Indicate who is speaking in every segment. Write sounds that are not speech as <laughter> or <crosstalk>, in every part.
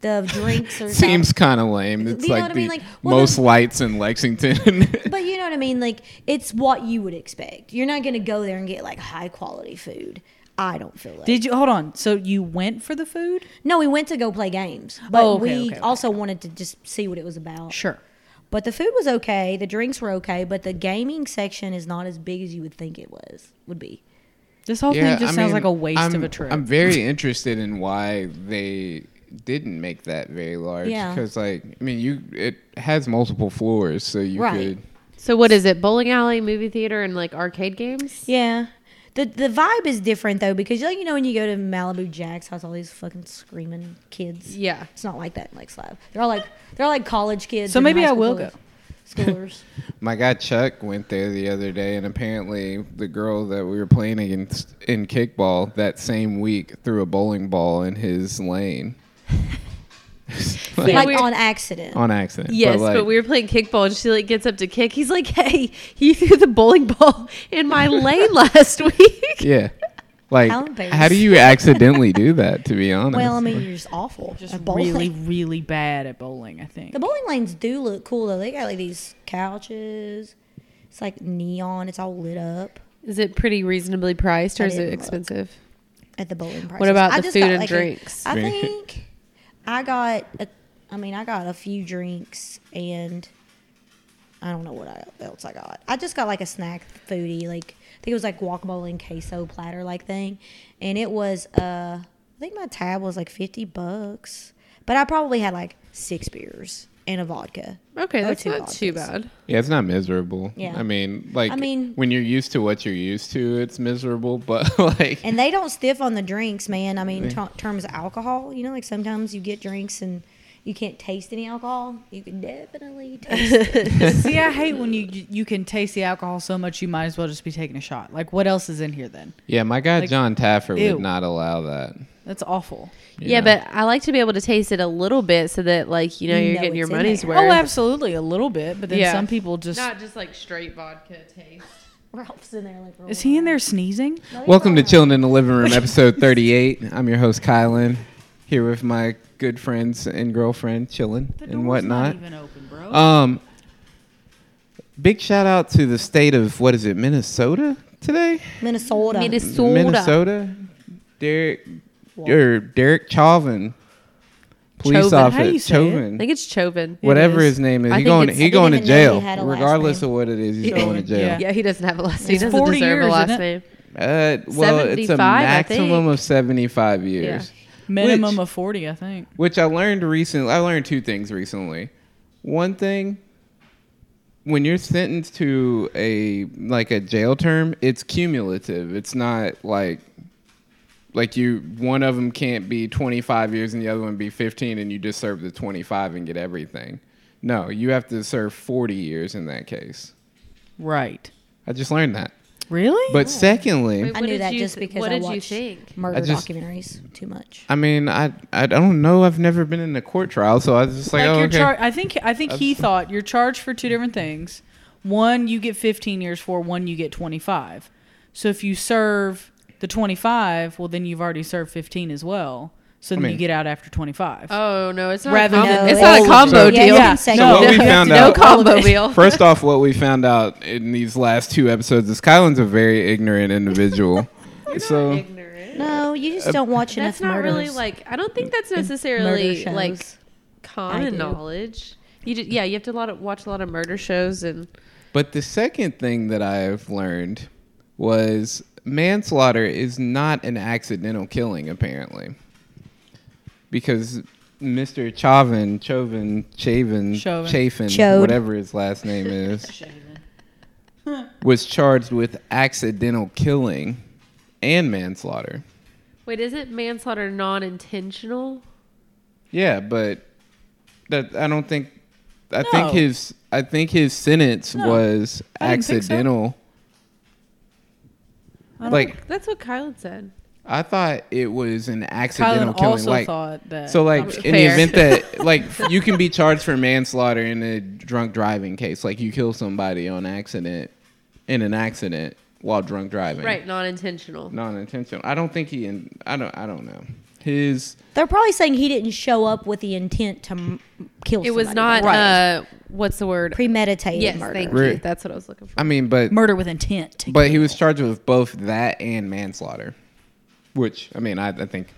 Speaker 1: the drinks
Speaker 2: <laughs>
Speaker 1: are
Speaker 3: <laughs> Seems kind of lame. It's
Speaker 1: You know
Speaker 3: like
Speaker 1: what I
Speaker 3: the
Speaker 1: mean? Like, well,
Speaker 3: most
Speaker 1: the-
Speaker 3: lights in Lexington. <laughs>
Speaker 1: But you know what I mean? Like, it's what you would expect. You're not going to go there and get like high quality food. I don't feel like.
Speaker 2: Did you hold on? So you went for the food?
Speaker 1: no, we went to go play games, but
Speaker 2: Oh, okay,
Speaker 1: we
Speaker 2: okay, okay.
Speaker 1: also wanted to just see what it was about.
Speaker 2: Sure.
Speaker 1: But the food was okay. The drinks were okay. But the gaming section is not as big as you would think it was would be.
Speaker 2: This whole thing just
Speaker 3: I
Speaker 2: sounds
Speaker 3: mean,
Speaker 2: like a waste
Speaker 3: I'm,
Speaker 2: of a trip.
Speaker 3: I'm very
Speaker 2: <laughs>
Speaker 3: interested in why they didn't make that very large.
Speaker 1: Yeah.
Speaker 3: Because like, I mean, you it has multiple floors, so you
Speaker 1: Right.
Speaker 3: could.
Speaker 4: So what is it? Bowling alley, movie theater, and like arcade games.
Speaker 1: Yeah. The, the vibe is different though because like you know when you go to Malibu Jack's house all these fucking screaming kids
Speaker 4: Yeah.
Speaker 1: it's not like that in Lake Slab they're all like they're all like college kids
Speaker 2: So
Speaker 1: and
Speaker 2: maybe
Speaker 1: high
Speaker 2: I will
Speaker 1: schoolers- schoolers
Speaker 3: My guy Chuck went there the other day, and apparently the girl that we were playing against in kickball that same week threw a bowling ball in his
Speaker 2: <laughs>
Speaker 3: lane.
Speaker 1: like
Speaker 4: we're-
Speaker 1: on accident
Speaker 3: <laughs> on accident.
Speaker 4: Yes, but,
Speaker 3: like,
Speaker 4: we were playing kickball, and she like gets up to kick. He's like, "Hey, <laughs> he threw the bowling ball in <laughs> my lane last week."
Speaker 3: <laughs> Yeah. Like,
Speaker 1: How
Speaker 3: how, do you accidentally do that? To be honest,
Speaker 1: Well, um, I mean, you're just awful.
Speaker 2: Just
Speaker 1: At bowling.
Speaker 2: really, really bad at bowling, I think.
Speaker 1: the bowling lanes do look cool though. They got like these couches. It's like neon. It's all lit up
Speaker 4: Is it pretty reasonably priced, or
Speaker 1: I
Speaker 4: is it
Speaker 1: didn't look.
Speaker 4: expensive?
Speaker 1: at the bowling prices.
Speaker 4: about
Speaker 1: I
Speaker 4: the
Speaker 1: just
Speaker 4: food
Speaker 1: got,
Speaker 4: and
Speaker 1: like, a-
Speaker 4: drinks?
Speaker 1: I think I got. A, I mean, I got a few drinks and I don't know what I, else I got. I just got like a snack foodie. Like I think it was like guacamole and queso platter like thing, and it was. uh I think my tab was like fifty bucks, but I probably had like six beers and a vodka.
Speaker 4: Okay,
Speaker 1: Or
Speaker 4: that's
Speaker 1: two
Speaker 4: not too
Speaker 1: vodkas.
Speaker 4: bad.
Speaker 3: Yeah, it's not miserable.
Speaker 1: Yeah.
Speaker 3: I mean, like,
Speaker 1: I mean-
Speaker 3: when you're used to what you're used to, it's miserable. But <laughs> like,
Speaker 1: And they don't stiff on the drinks, man. I mean, t- terms of alcohol, you know, like sometimes you get drinks and you can't taste any alcohol. You can
Speaker 3: <laughs>
Speaker 1: definitely taste it.
Speaker 2: See, I hate when you you can taste the alcohol so much you might as well just be taking a shot. Like, what else is in here then?
Speaker 3: yeah, my guy
Speaker 2: Like,
Speaker 3: John Taffer
Speaker 2: ew.
Speaker 3: would not allow that.
Speaker 2: That's awful.
Speaker 3: you
Speaker 4: Yeah,
Speaker 3: know?
Speaker 4: but I like to be able to taste it a little bit so that like you know
Speaker 1: You
Speaker 4: you're
Speaker 1: know
Speaker 4: getting your
Speaker 1: it's in
Speaker 4: money's
Speaker 1: there.
Speaker 4: worth.
Speaker 2: Oh, absolutely, a little bit, but then
Speaker 4: Yeah.
Speaker 2: some people just.
Speaker 4: just like straight vodka taste.
Speaker 1: Ralph's in there like.
Speaker 2: is he in there sneezing?
Speaker 3: welcome to Chilling in the Living
Speaker 1: <laughs>
Speaker 3: Room, episode 38. I'm your host Kylan, here with my good friends and girlfriend, chilling and whatnot.
Speaker 2: even open, bro.
Speaker 3: Um, big shout out to the state of what is it, Minnesota today?
Speaker 1: Minnesota.
Speaker 4: Minnesota.
Speaker 3: Minnesota. Derek,
Speaker 1: Whoa.
Speaker 3: or Derek Chauvin, police
Speaker 4: Chauvin.
Speaker 3: officer
Speaker 2: How do you say it?
Speaker 3: Chauvin.
Speaker 4: I think it's Chauvin.
Speaker 3: whatever
Speaker 2: is.
Speaker 3: his name is.
Speaker 4: I
Speaker 3: He
Speaker 4: think
Speaker 3: going
Speaker 4: it's-
Speaker 3: he
Speaker 1: I
Speaker 3: going to
Speaker 1: didn't even know
Speaker 3: jail,
Speaker 1: he had a last
Speaker 3: regardless
Speaker 1: name.
Speaker 3: of what it is. He's
Speaker 2: Yeah.
Speaker 3: going to jail.
Speaker 4: Yeah, he doesn't have a last name. He
Speaker 2: It's
Speaker 4: doesn't
Speaker 2: 40
Speaker 4: deserve a
Speaker 2: years,
Speaker 4: last
Speaker 2: isn't it?
Speaker 4: name.
Speaker 3: Uh, well, it's a
Speaker 4: 75, I
Speaker 3: maximum
Speaker 4: think.
Speaker 3: of seventy-five years.
Speaker 2: Minimum
Speaker 3: which-
Speaker 2: of forty, I think.
Speaker 3: Which I learned recently. I learned two things recently. One thing, when you're sentenced to a like a jail term, it's cumulative. It's not like like you one of them can't be 25 years and the other one be 15 and you just serve the 25 and get everything. No, you have to serve 40 years in that case.
Speaker 2: Right.
Speaker 3: I just learned that.
Speaker 2: Really?
Speaker 3: But secondly,
Speaker 1: I
Speaker 4: What
Speaker 1: knew
Speaker 4: did
Speaker 1: that
Speaker 4: you
Speaker 1: just
Speaker 4: th-
Speaker 1: because
Speaker 4: what
Speaker 1: I
Speaker 4: did you
Speaker 1: watched
Speaker 4: think?
Speaker 1: murder
Speaker 3: I just-
Speaker 1: documentaries too much.
Speaker 3: I mean, I I don't know. I've never been in a court trial, so I was just like,
Speaker 2: like
Speaker 3: oh,
Speaker 2: you're
Speaker 3: okay.
Speaker 2: char- I think I think he thought you're charged for two different things. One you get 15 years for, one you get 25. So if you serve the 25, well then you've already served 15 as well. So then
Speaker 3: mean-
Speaker 2: you get out after 25.
Speaker 4: Oh no, it's not.
Speaker 2: Rather
Speaker 4: a combo.
Speaker 2: than-
Speaker 4: it's not a
Speaker 1: No,
Speaker 4: combo
Speaker 1: it's- yeah,
Speaker 4: deal.
Speaker 1: you can say So
Speaker 3: what Oh,
Speaker 4: <laughs>
Speaker 3: we
Speaker 4: no,
Speaker 3: found
Speaker 4: no
Speaker 3: out-
Speaker 4: combo deal.
Speaker 3: <laughs> First off, what we found out in these last two episodes is Kylan's a very ignorant individual. <laughs> so
Speaker 4: Ignorant.
Speaker 1: No, you
Speaker 3: Uh,
Speaker 1: just don't watch enough
Speaker 4: That's not
Speaker 1: murders.
Speaker 4: really like. I don't think that's
Speaker 1: murder
Speaker 4: necessarily
Speaker 1: shows.
Speaker 4: like common
Speaker 1: do.
Speaker 4: knowledge. You just, yeah, you have to a lot of, watch a lot of murder shows and
Speaker 3: But the second thing that I've learned was manslaughter is not an accidental killing, apparently. Because Mr. Chauvin, Chauvin, Chavin,
Speaker 2: Chauvin.
Speaker 3: Chafin,
Speaker 1: Chode.
Speaker 3: whatever his last name is, was charged with accidental killing and manslaughter.
Speaker 4: wait, isn't manslaughter non-intentional?
Speaker 3: Yeah, but that I don't think. I
Speaker 2: No.
Speaker 3: think his I think his sentence
Speaker 2: No,
Speaker 3: was
Speaker 2: I didn't think so.
Speaker 3: accidental.
Speaker 2: I don't-
Speaker 3: Like
Speaker 4: That's what Kylan said.
Speaker 3: I thought it was an accidental
Speaker 2: Kylan
Speaker 3: killing.
Speaker 2: also
Speaker 3: like
Speaker 2: thought that
Speaker 3: so, like in the
Speaker 4: Fair.
Speaker 3: event that like
Speaker 2: <laughs>
Speaker 3: you can be charged for manslaughter in a drunk driving case, like you kill somebody on accident in an accident while drunk driving,
Speaker 4: Right, non-intentional.
Speaker 3: Non intentional. I don't think he. In, I don't. I don't know. his
Speaker 1: They're probably saying he didn't show up with the intent to m- kill.
Speaker 4: It was
Speaker 1: somebody.
Speaker 4: not. Uh, what's the word?
Speaker 1: premeditated
Speaker 4: yes,
Speaker 1: murder.
Speaker 4: thank
Speaker 3: Right.
Speaker 4: you. That's what I was looking for.
Speaker 3: I mean, but
Speaker 2: Murder with intent. to
Speaker 3: but he was charged with both that and manslaughter, which I mean, I, I think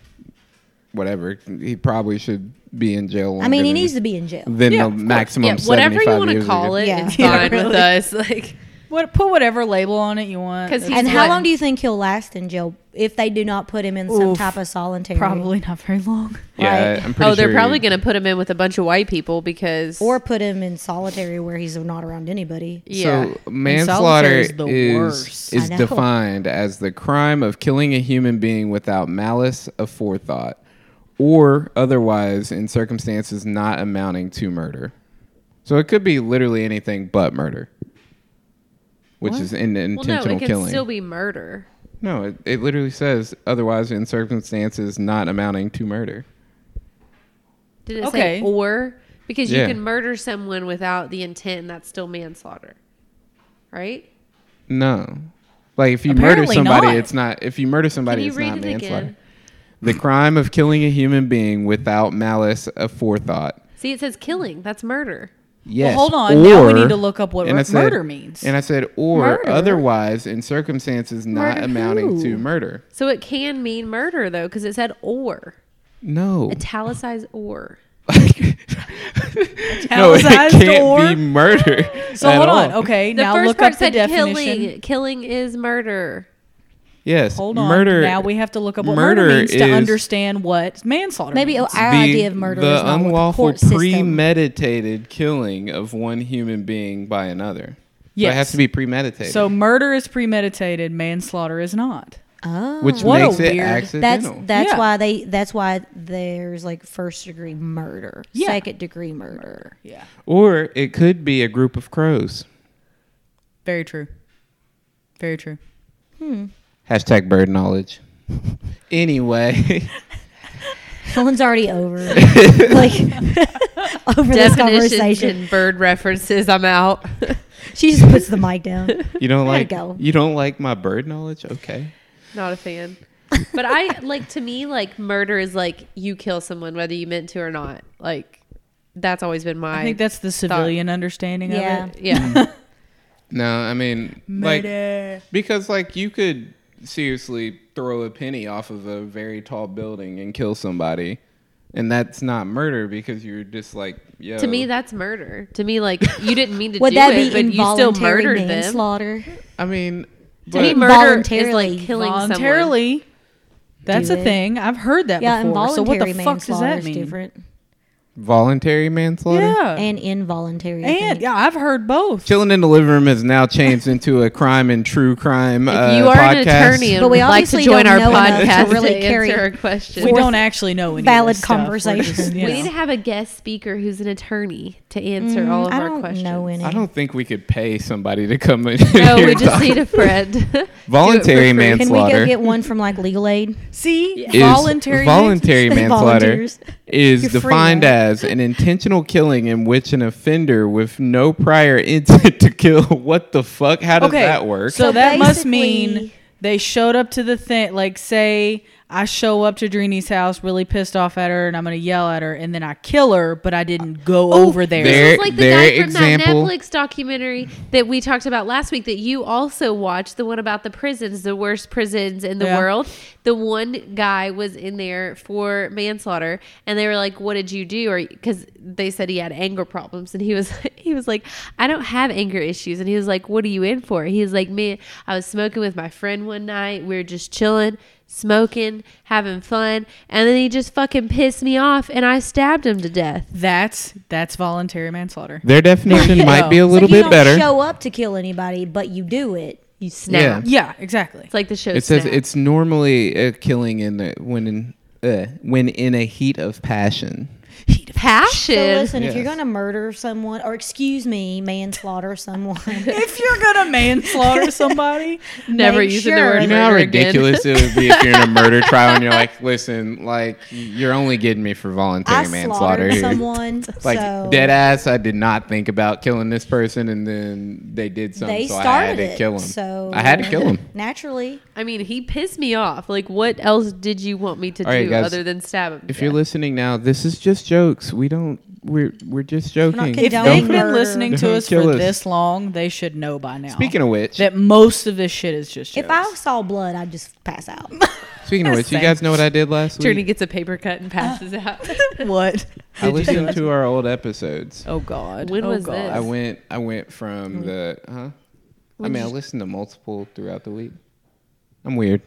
Speaker 3: whatever he probably should be in jail.
Speaker 1: I mean, he
Speaker 3: longer
Speaker 1: needs to
Speaker 3: than-
Speaker 1: be in jail.
Speaker 3: Then
Speaker 2: Yeah,
Speaker 3: the
Speaker 2: of course.
Speaker 3: maximum.
Speaker 4: yeah, whatever you
Speaker 3: want to
Speaker 4: call
Speaker 1: <laughs>
Speaker 4: it,
Speaker 1: Yeah.
Speaker 4: it's
Speaker 2: Yeah,
Speaker 4: fine with
Speaker 2: really.
Speaker 4: us. <laughs> Like,
Speaker 2: What put whatever label on it you want.
Speaker 4: 'Cause
Speaker 2: It's
Speaker 4: he's
Speaker 1: And how
Speaker 4: one.
Speaker 1: long do you think he'll last in jail if they do not put him in some
Speaker 2: Oof.
Speaker 1: type of solitary?
Speaker 2: probably not very long.
Speaker 3: Yeah,
Speaker 1: Right.
Speaker 3: I'm pretty
Speaker 4: oh, they're
Speaker 3: sure
Speaker 4: probably
Speaker 3: he-
Speaker 4: going to put him in with a bunch of white people because
Speaker 1: Or put him in solitary where he's not around anybody.
Speaker 4: yeah,
Speaker 3: So manslaughter
Speaker 2: is
Speaker 3: is
Speaker 2: the worst.
Speaker 3: is
Speaker 1: I know.
Speaker 3: defined as the crime of killing a human being without malice aforethought, or otherwise in circumstances not amounting to murder. So it could be literally anything but murder, which is an
Speaker 4: well, no,
Speaker 3: intentional
Speaker 4: it can
Speaker 3: killing.
Speaker 4: still be murder.
Speaker 3: no, it, it literally says otherwise in circumstances not amounting to murder.
Speaker 4: Did it
Speaker 2: Okay.
Speaker 4: say or? Because you
Speaker 3: Yeah.
Speaker 4: can murder someone without the intent, and that's still manslaughter, right?
Speaker 3: No. Like if you murder
Speaker 2: Apparently
Speaker 3: somebody,
Speaker 2: not.
Speaker 3: it's not. If you murder somebody,
Speaker 4: you
Speaker 3: it's
Speaker 4: read
Speaker 3: not
Speaker 4: it
Speaker 3: manslaughter.
Speaker 4: again?
Speaker 3: The crime of killing a human being without malice aforethought.
Speaker 4: See, it says killing. That's murder.
Speaker 3: Yes.
Speaker 2: hold on. Now we
Speaker 3: or-
Speaker 2: need to look up what
Speaker 3: and I
Speaker 2: mur-
Speaker 3: said-
Speaker 2: murder means.
Speaker 3: And I said, or
Speaker 4: Murder?
Speaker 3: otherwise in circumstances not
Speaker 4: Murder
Speaker 3: amounting
Speaker 4: who?
Speaker 3: to murder.
Speaker 4: So it can mean murder though, because it said or
Speaker 3: No.
Speaker 4: italicized or.
Speaker 3: <laughs> no, it
Speaker 2: Italicized
Speaker 3: can't
Speaker 2: or?
Speaker 3: be murder.
Speaker 2: so
Speaker 3: at
Speaker 2: hold
Speaker 3: all.
Speaker 2: on. Okay,
Speaker 4: The
Speaker 2: now
Speaker 4: first
Speaker 2: look
Speaker 4: part
Speaker 2: up the
Speaker 4: said
Speaker 2: definition.
Speaker 4: killing. Killing is murder.
Speaker 3: Yes.
Speaker 2: Hold on.
Speaker 3: Murder.
Speaker 2: now we have to look up what murder,
Speaker 3: murder
Speaker 2: means to
Speaker 3: is-
Speaker 2: understand what manslaughter.
Speaker 1: Maybe oh,
Speaker 2: means.
Speaker 1: our idea of murder
Speaker 3: the
Speaker 1: is not
Speaker 3: unlawful
Speaker 1: what the court system.
Speaker 3: premeditated killing of one human being by another. So it
Speaker 2: Yes.
Speaker 3: has to be premeditated.
Speaker 2: so murder is premeditated. Manslaughter is not.
Speaker 1: Oh.
Speaker 3: which
Speaker 2: What a
Speaker 3: makes it
Speaker 2: weird-
Speaker 1: that's
Speaker 3: accidental.
Speaker 1: that's
Speaker 2: Yeah.
Speaker 1: why they that's why there's like first degree murder,
Speaker 2: Yeah.
Speaker 1: second degree murder.
Speaker 2: Yeah,
Speaker 3: or it could be a group of crows.
Speaker 2: very true. Very true.
Speaker 3: Hashtag bird knowledge. <laughs> anyway, <laughs>
Speaker 1: That one's already over. like <laughs> over this
Speaker 4: Definitions
Speaker 1: conversation,
Speaker 4: and bird references.
Speaker 2: <laughs>
Speaker 4: I'm out.
Speaker 1: she just puts the mic down.
Speaker 3: you don't
Speaker 1: There you
Speaker 3: like
Speaker 1: go.
Speaker 3: you don't like my bird knowledge. Okay.
Speaker 4: Not a fan. But I like to me like murder is like you kill someone whether you meant to or not. Like that's always been my
Speaker 2: I think that's the civilian understanding
Speaker 1: Yeah.
Speaker 2: of it.
Speaker 4: yeah.
Speaker 3: No, I mean like
Speaker 2: Murder.
Speaker 3: because like you could seriously throw a penny off of a very tall building and kill somebody. And that's not murder because you're just like, yo.
Speaker 4: to me that's murder. To me like you didn't mean to
Speaker 1: Would
Speaker 4: do
Speaker 1: that
Speaker 4: it,
Speaker 1: be
Speaker 4: but you still
Speaker 1: involuntary
Speaker 4: murdered them.
Speaker 1: manslaughter?
Speaker 3: I mean,
Speaker 4: To me
Speaker 3: but-
Speaker 4: murder is
Speaker 1: Voluntarily.
Speaker 4: like killing someone.
Speaker 2: voluntarily. That's
Speaker 1: Do
Speaker 2: a
Speaker 1: it.
Speaker 2: thing. I've heard that
Speaker 1: Yeah,
Speaker 2: before. So what
Speaker 1: involuntary
Speaker 2: the fuck does
Speaker 1: manslaughter
Speaker 2: that
Speaker 1: is
Speaker 2: mean?
Speaker 1: different,
Speaker 3: voluntary manslaughter.
Speaker 2: Yeah,
Speaker 1: and involuntary. I
Speaker 2: and
Speaker 1: think.
Speaker 2: yeah, I've heard both.
Speaker 3: Chilling in the living room has now changed into a crime and true crime.
Speaker 4: If
Speaker 3: uh,
Speaker 4: you are
Speaker 3: podcast.
Speaker 4: an attorney and
Speaker 1: But we
Speaker 4: would like to
Speaker 1: obviously
Speaker 4: join
Speaker 1: don't
Speaker 4: our
Speaker 1: know enough to
Speaker 4: podcast to
Speaker 1: really
Speaker 4: really
Speaker 1: carry
Speaker 4: answer our question,
Speaker 2: We
Speaker 1: forth
Speaker 2: don't actually know any of
Speaker 1: valid
Speaker 2: this stuff. We're just,
Speaker 1: conversations.
Speaker 2: you
Speaker 4: we
Speaker 2: know.
Speaker 4: need to have a guest speaker who's an attorney to answer all of
Speaker 1: Mm, I
Speaker 4: our
Speaker 1: don't
Speaker 4: questions.
Speaker 1: know any.
Speaker 3: I don't think we could pay somebody to come in. <laughs>
Speaker 4: No,
Speaker 3: here
Speaker 4: we
Speaker 3: and
Speaker 4: just
Speaker 3: talk.
Speaker 4: need a friend. Do
Speaker 3: <laughs>
Speaker 4: it for
Speaker 3: Voluntary
Speaker 4: free.
Speaker 3: man-
Speaker 1: Can we go
Speaker 3: Slaughter.
Speaker 1: get one from like legal aid?
Speaker 2: See,
Speaker 3: Is
Speaker 1: <laughs>
Speaker 2: voluntary.
Speaker 3: voluntary
Speaker 1: They
Speaker 3: manslaughter
Speaker 1: volunteers.
Speaker 3: is
Speaker 1: You're free,
Speaker 3: defined
Speaker 1: right?
Speaker 3: as an intentional killing in which an offender with no prior intent to kill. What the fuck? How does
Speaker 2: okay,
Speaker 3: that work?
Speaker 2: So,
Speaker 1: So
Speaker 2: that must mean
Speaker 1: basically-
Speaker 2: they showed up to the thing. Like, say I show up to Dreeny's house, really pissed off at her, and I'm gonna yell at her, and then I kill her, but I didn't go over there.
Speaker 3: there-
Speaker 4: It's like the
Speaker 3: Their
Speaker 4: guy from
Speaker 3: example-
Speaker 4: that Netflix documentary that we talked about last week that you also watched, the one about the prisons, the worst prisons in the
Speaker 2: Yeah.
Speaker 4: world. The one guy was in there for manslaughter, and they were like, "What did you do?" Or because they said he had anger problems, and he was <laughs> he was like, "I don't have anger issues," and he was like, "What are you in for?" He was like, "Man, I was smoking with my friend one night. We were just chilling." Smoking, having fun, and then he just fucking pissed me off, and I stabbed him to death.
Speaker 2: That's that's voluntary manslaughter.
Speaker 3: Their definition
Speaker 2: you
Speaker 3: might
Speaker 2: go.
Speaker 3: be a
Speaker 2: It's
Speaker 3: little
Speaker 1: like you
Speaker 3: bit
Speaker 1: don't
Speaker 3: better.
Speaker 1: Show up to kill anybody, but you do it.
Speaker 4: You snap.
Speaker 2: Yeah, exactly.
Speaker 4: It's like the show.
Speaker 3: It says it's normally a killing in the, when in uh, when in a heat of passion.
Speaker 2: Heat
Speaker 4: passion.
Speaker 1: So listen, if you're
Speaker 3: Yes.
Speaker 1: gonna murder someone, or excuse me, manslaughter
Speaker 3: <laughs>
Speaker 1: someone,
Speaker 2: if you're gonna manslaughter somebody,
Speaker 4: Never
Speaker 1: make
Speaker 4: using
Speaker 1: sure-
Speaker 4: the word
Speaker 3: You know how
Speaker 4: murder again.
Speaker 3: ridiculous it would be if you're in a murder trial and you're like, listen, like you're only getting me for voluntary
Speaker 1: I
Speaker 3: manslaughter.
Speaker 1: slaughtered
Speaker 3: <laughs> here."
Speaker 1: someone.
Speaker 3: Like
Speaker 1: so
Speaker 3: dead ass, I did not think about killing this person, and then they did something.
Speaker 1: They
Speaker 3: so
Speaker 1: started
Speaker 3: I had to
Speaker 1: it.
Speaker 3: kill him.
Speaker 1: So
Speaker 3: I had to kill him.
Speaker 1: <laughs> naturally.
Speaker 4: <laughs> I mean, he pissed me off. Like, what else did you want me to
Speaker 3: All right,
Speaker 4: do
Speaker 3: guys.
Speaker 4: other than stab him?
Speaker 3: If
Speaker 4: to
Speaker 3: you're
Speaker 4: death?
Speaker 3: listening now, this is just jokes. We don't. We're we're just joking.
Speaker 1: If
Speaker 2: if
Speaker 1: Don't
Speaker 2: they've been
Speaker 1: murder.
Speaker 2: listening to
Speaker 3: Don't <laughs>
Speaker 2: us
Speaker 3: kill
Speaker 2: for
Speaker 3: us.
Speaker 2: this long, they should know by now.
Speaker 3: speaking of which,
Speaker 2: that most of this shit is just jokes.
Speaker 1: If I saw blood, I'd just pass out.
Speaker 3: speaking of which, you
Speaker 2: Same.
Speaker 3: guys know what I did last
Speaker 4: Attorney
Speaker 3: week.
Speaker 4: gets a paper cut and passes
Speaker 3: Uh. <laughs>
Speaker 4: out.
Speaker 2: what?
Speaker 3: I listened
Speaker 1: <laughs>
Speaker 3: to our old episodes.
Speaker 2: Oh God!
Speaker 4: When
Speaker 2: oh,
Speaker 4: was
Speaker 2: God.
Speaker 3: I went. I went from the. Huh. I mean, I listened to multiple throughout the week. I'm weird.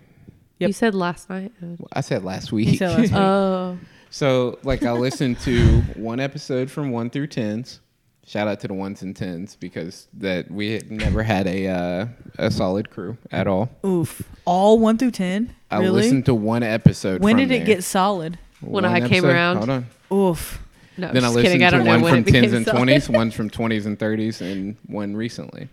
Speaker 2: Yep.
Speaker 4: You said last night.
Speaker 3: I said last
Speaker 2: You
Speaker 3: week.
Speaker 2: said last week.
Speaker 4: Oh,
Speaker 3: <laughs> So, like, I listened to one episode from one through tens. Shout out to the ones and tens because that we had never had a uh, a solid crew at all.
Speaker 2: Oof! All one through ten.
Speaker 3: I
Speaker 2: really?
Speaker 3: listened to one episode.
Speaker 2: when
Speaker 3: from
Speaker 2: did it
Speaker 3: there.
Speaker 2: get solid?
Speaker 4: When I came around.
Speaker 3: Hold on.
Speaker 2: Oof!
Speaker 4: no. I'm
Speaker 3: then I
Speaker 4: just
Speaker 3: listened
Speaker 4: kidding. I
Speaker 3: to
Speaker 4: don't know
Speaker 3: one
Speaker 4: when
Speaker 3: from
Speaker 4: it became
Speaker 3: tens and
Speaker 4: solid.
Speaker 3: twenties, one from twenties and thirties, and one recently.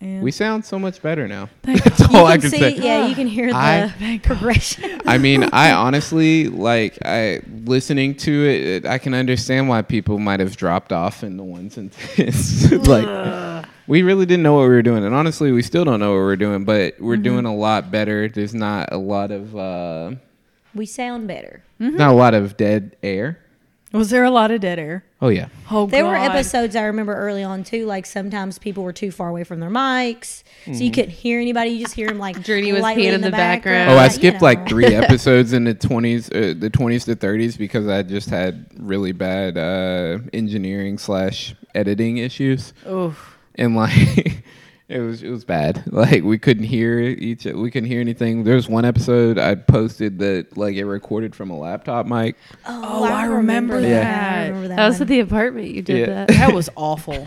Speaker 2: Yeah. <laughs>
Speaker 3: We sound so much better now.
Speaker 2: Thank
Speaker 3: <laughs> That's <laughs> all
Speaker 1: you <laughs>
Speaker 3: I
Speaker 1: can
Speaker 3: can
Speaker 1: see,
Speaker 3: say.
Speaker 1: yeah, you can hear the
Speaker 3: I-
Speaker 1: <laughs> progression.
Speaker 3: I mean, I honestly like I listening to it. it- I can understand why people might have dropped off in the ones and tens. <laughs> like we really didn't know what we were doing, and honestly, we still don't know what we're doing. But we're doing a lot better. There's not a lot of uh,
Speaker 1: We sound better.
Speaker 3: not a lot of dead air.
Speaker 2: was there a lot of dead air?
Speaker 3: Oh yeah,
Speaker 2: Oh
Speaker 1: There
Speaker 2: God!
Speaker 1: were episodes I remember early on too. Like sometimes people were too far away from their mics, so you couldn't hear anybody. You just hear them like
Speaker 4: Journey was
Speaker 1: lightly
Speaker 4: peeing
Speaker 1: in
Speaker 4: in
Speaker 1: the
Speaker 4: the background.
Speaker 1: background.
Speaker 3: Mm-hmm. Oh, I
Speaker 1: you
Speaker 3: skipped
Speaker 1: know.
Speaker 3: like three episodes in the twenties, uh, the twenties to thirties, because I just had really bad uh, engineering slash editing issues,
Speaker 2: <laughs> Oof!
Speaker 3: and like <laughs> it was it was bad. <laughs> Like we couldn't hear each, we couldn't hear anything. There was one episode I posted that like it recorded from a laptop mic.
Speaker 1: Oh,
Speaker 2: I remember that.
Speaker 1: I remember that.
Speaker 4: That was
Speaker 1: one.
Speaker 4: at the apartment. You did
Speaker 3: Yeah.
Speaker 4: that.
Speaker 2: That was awful.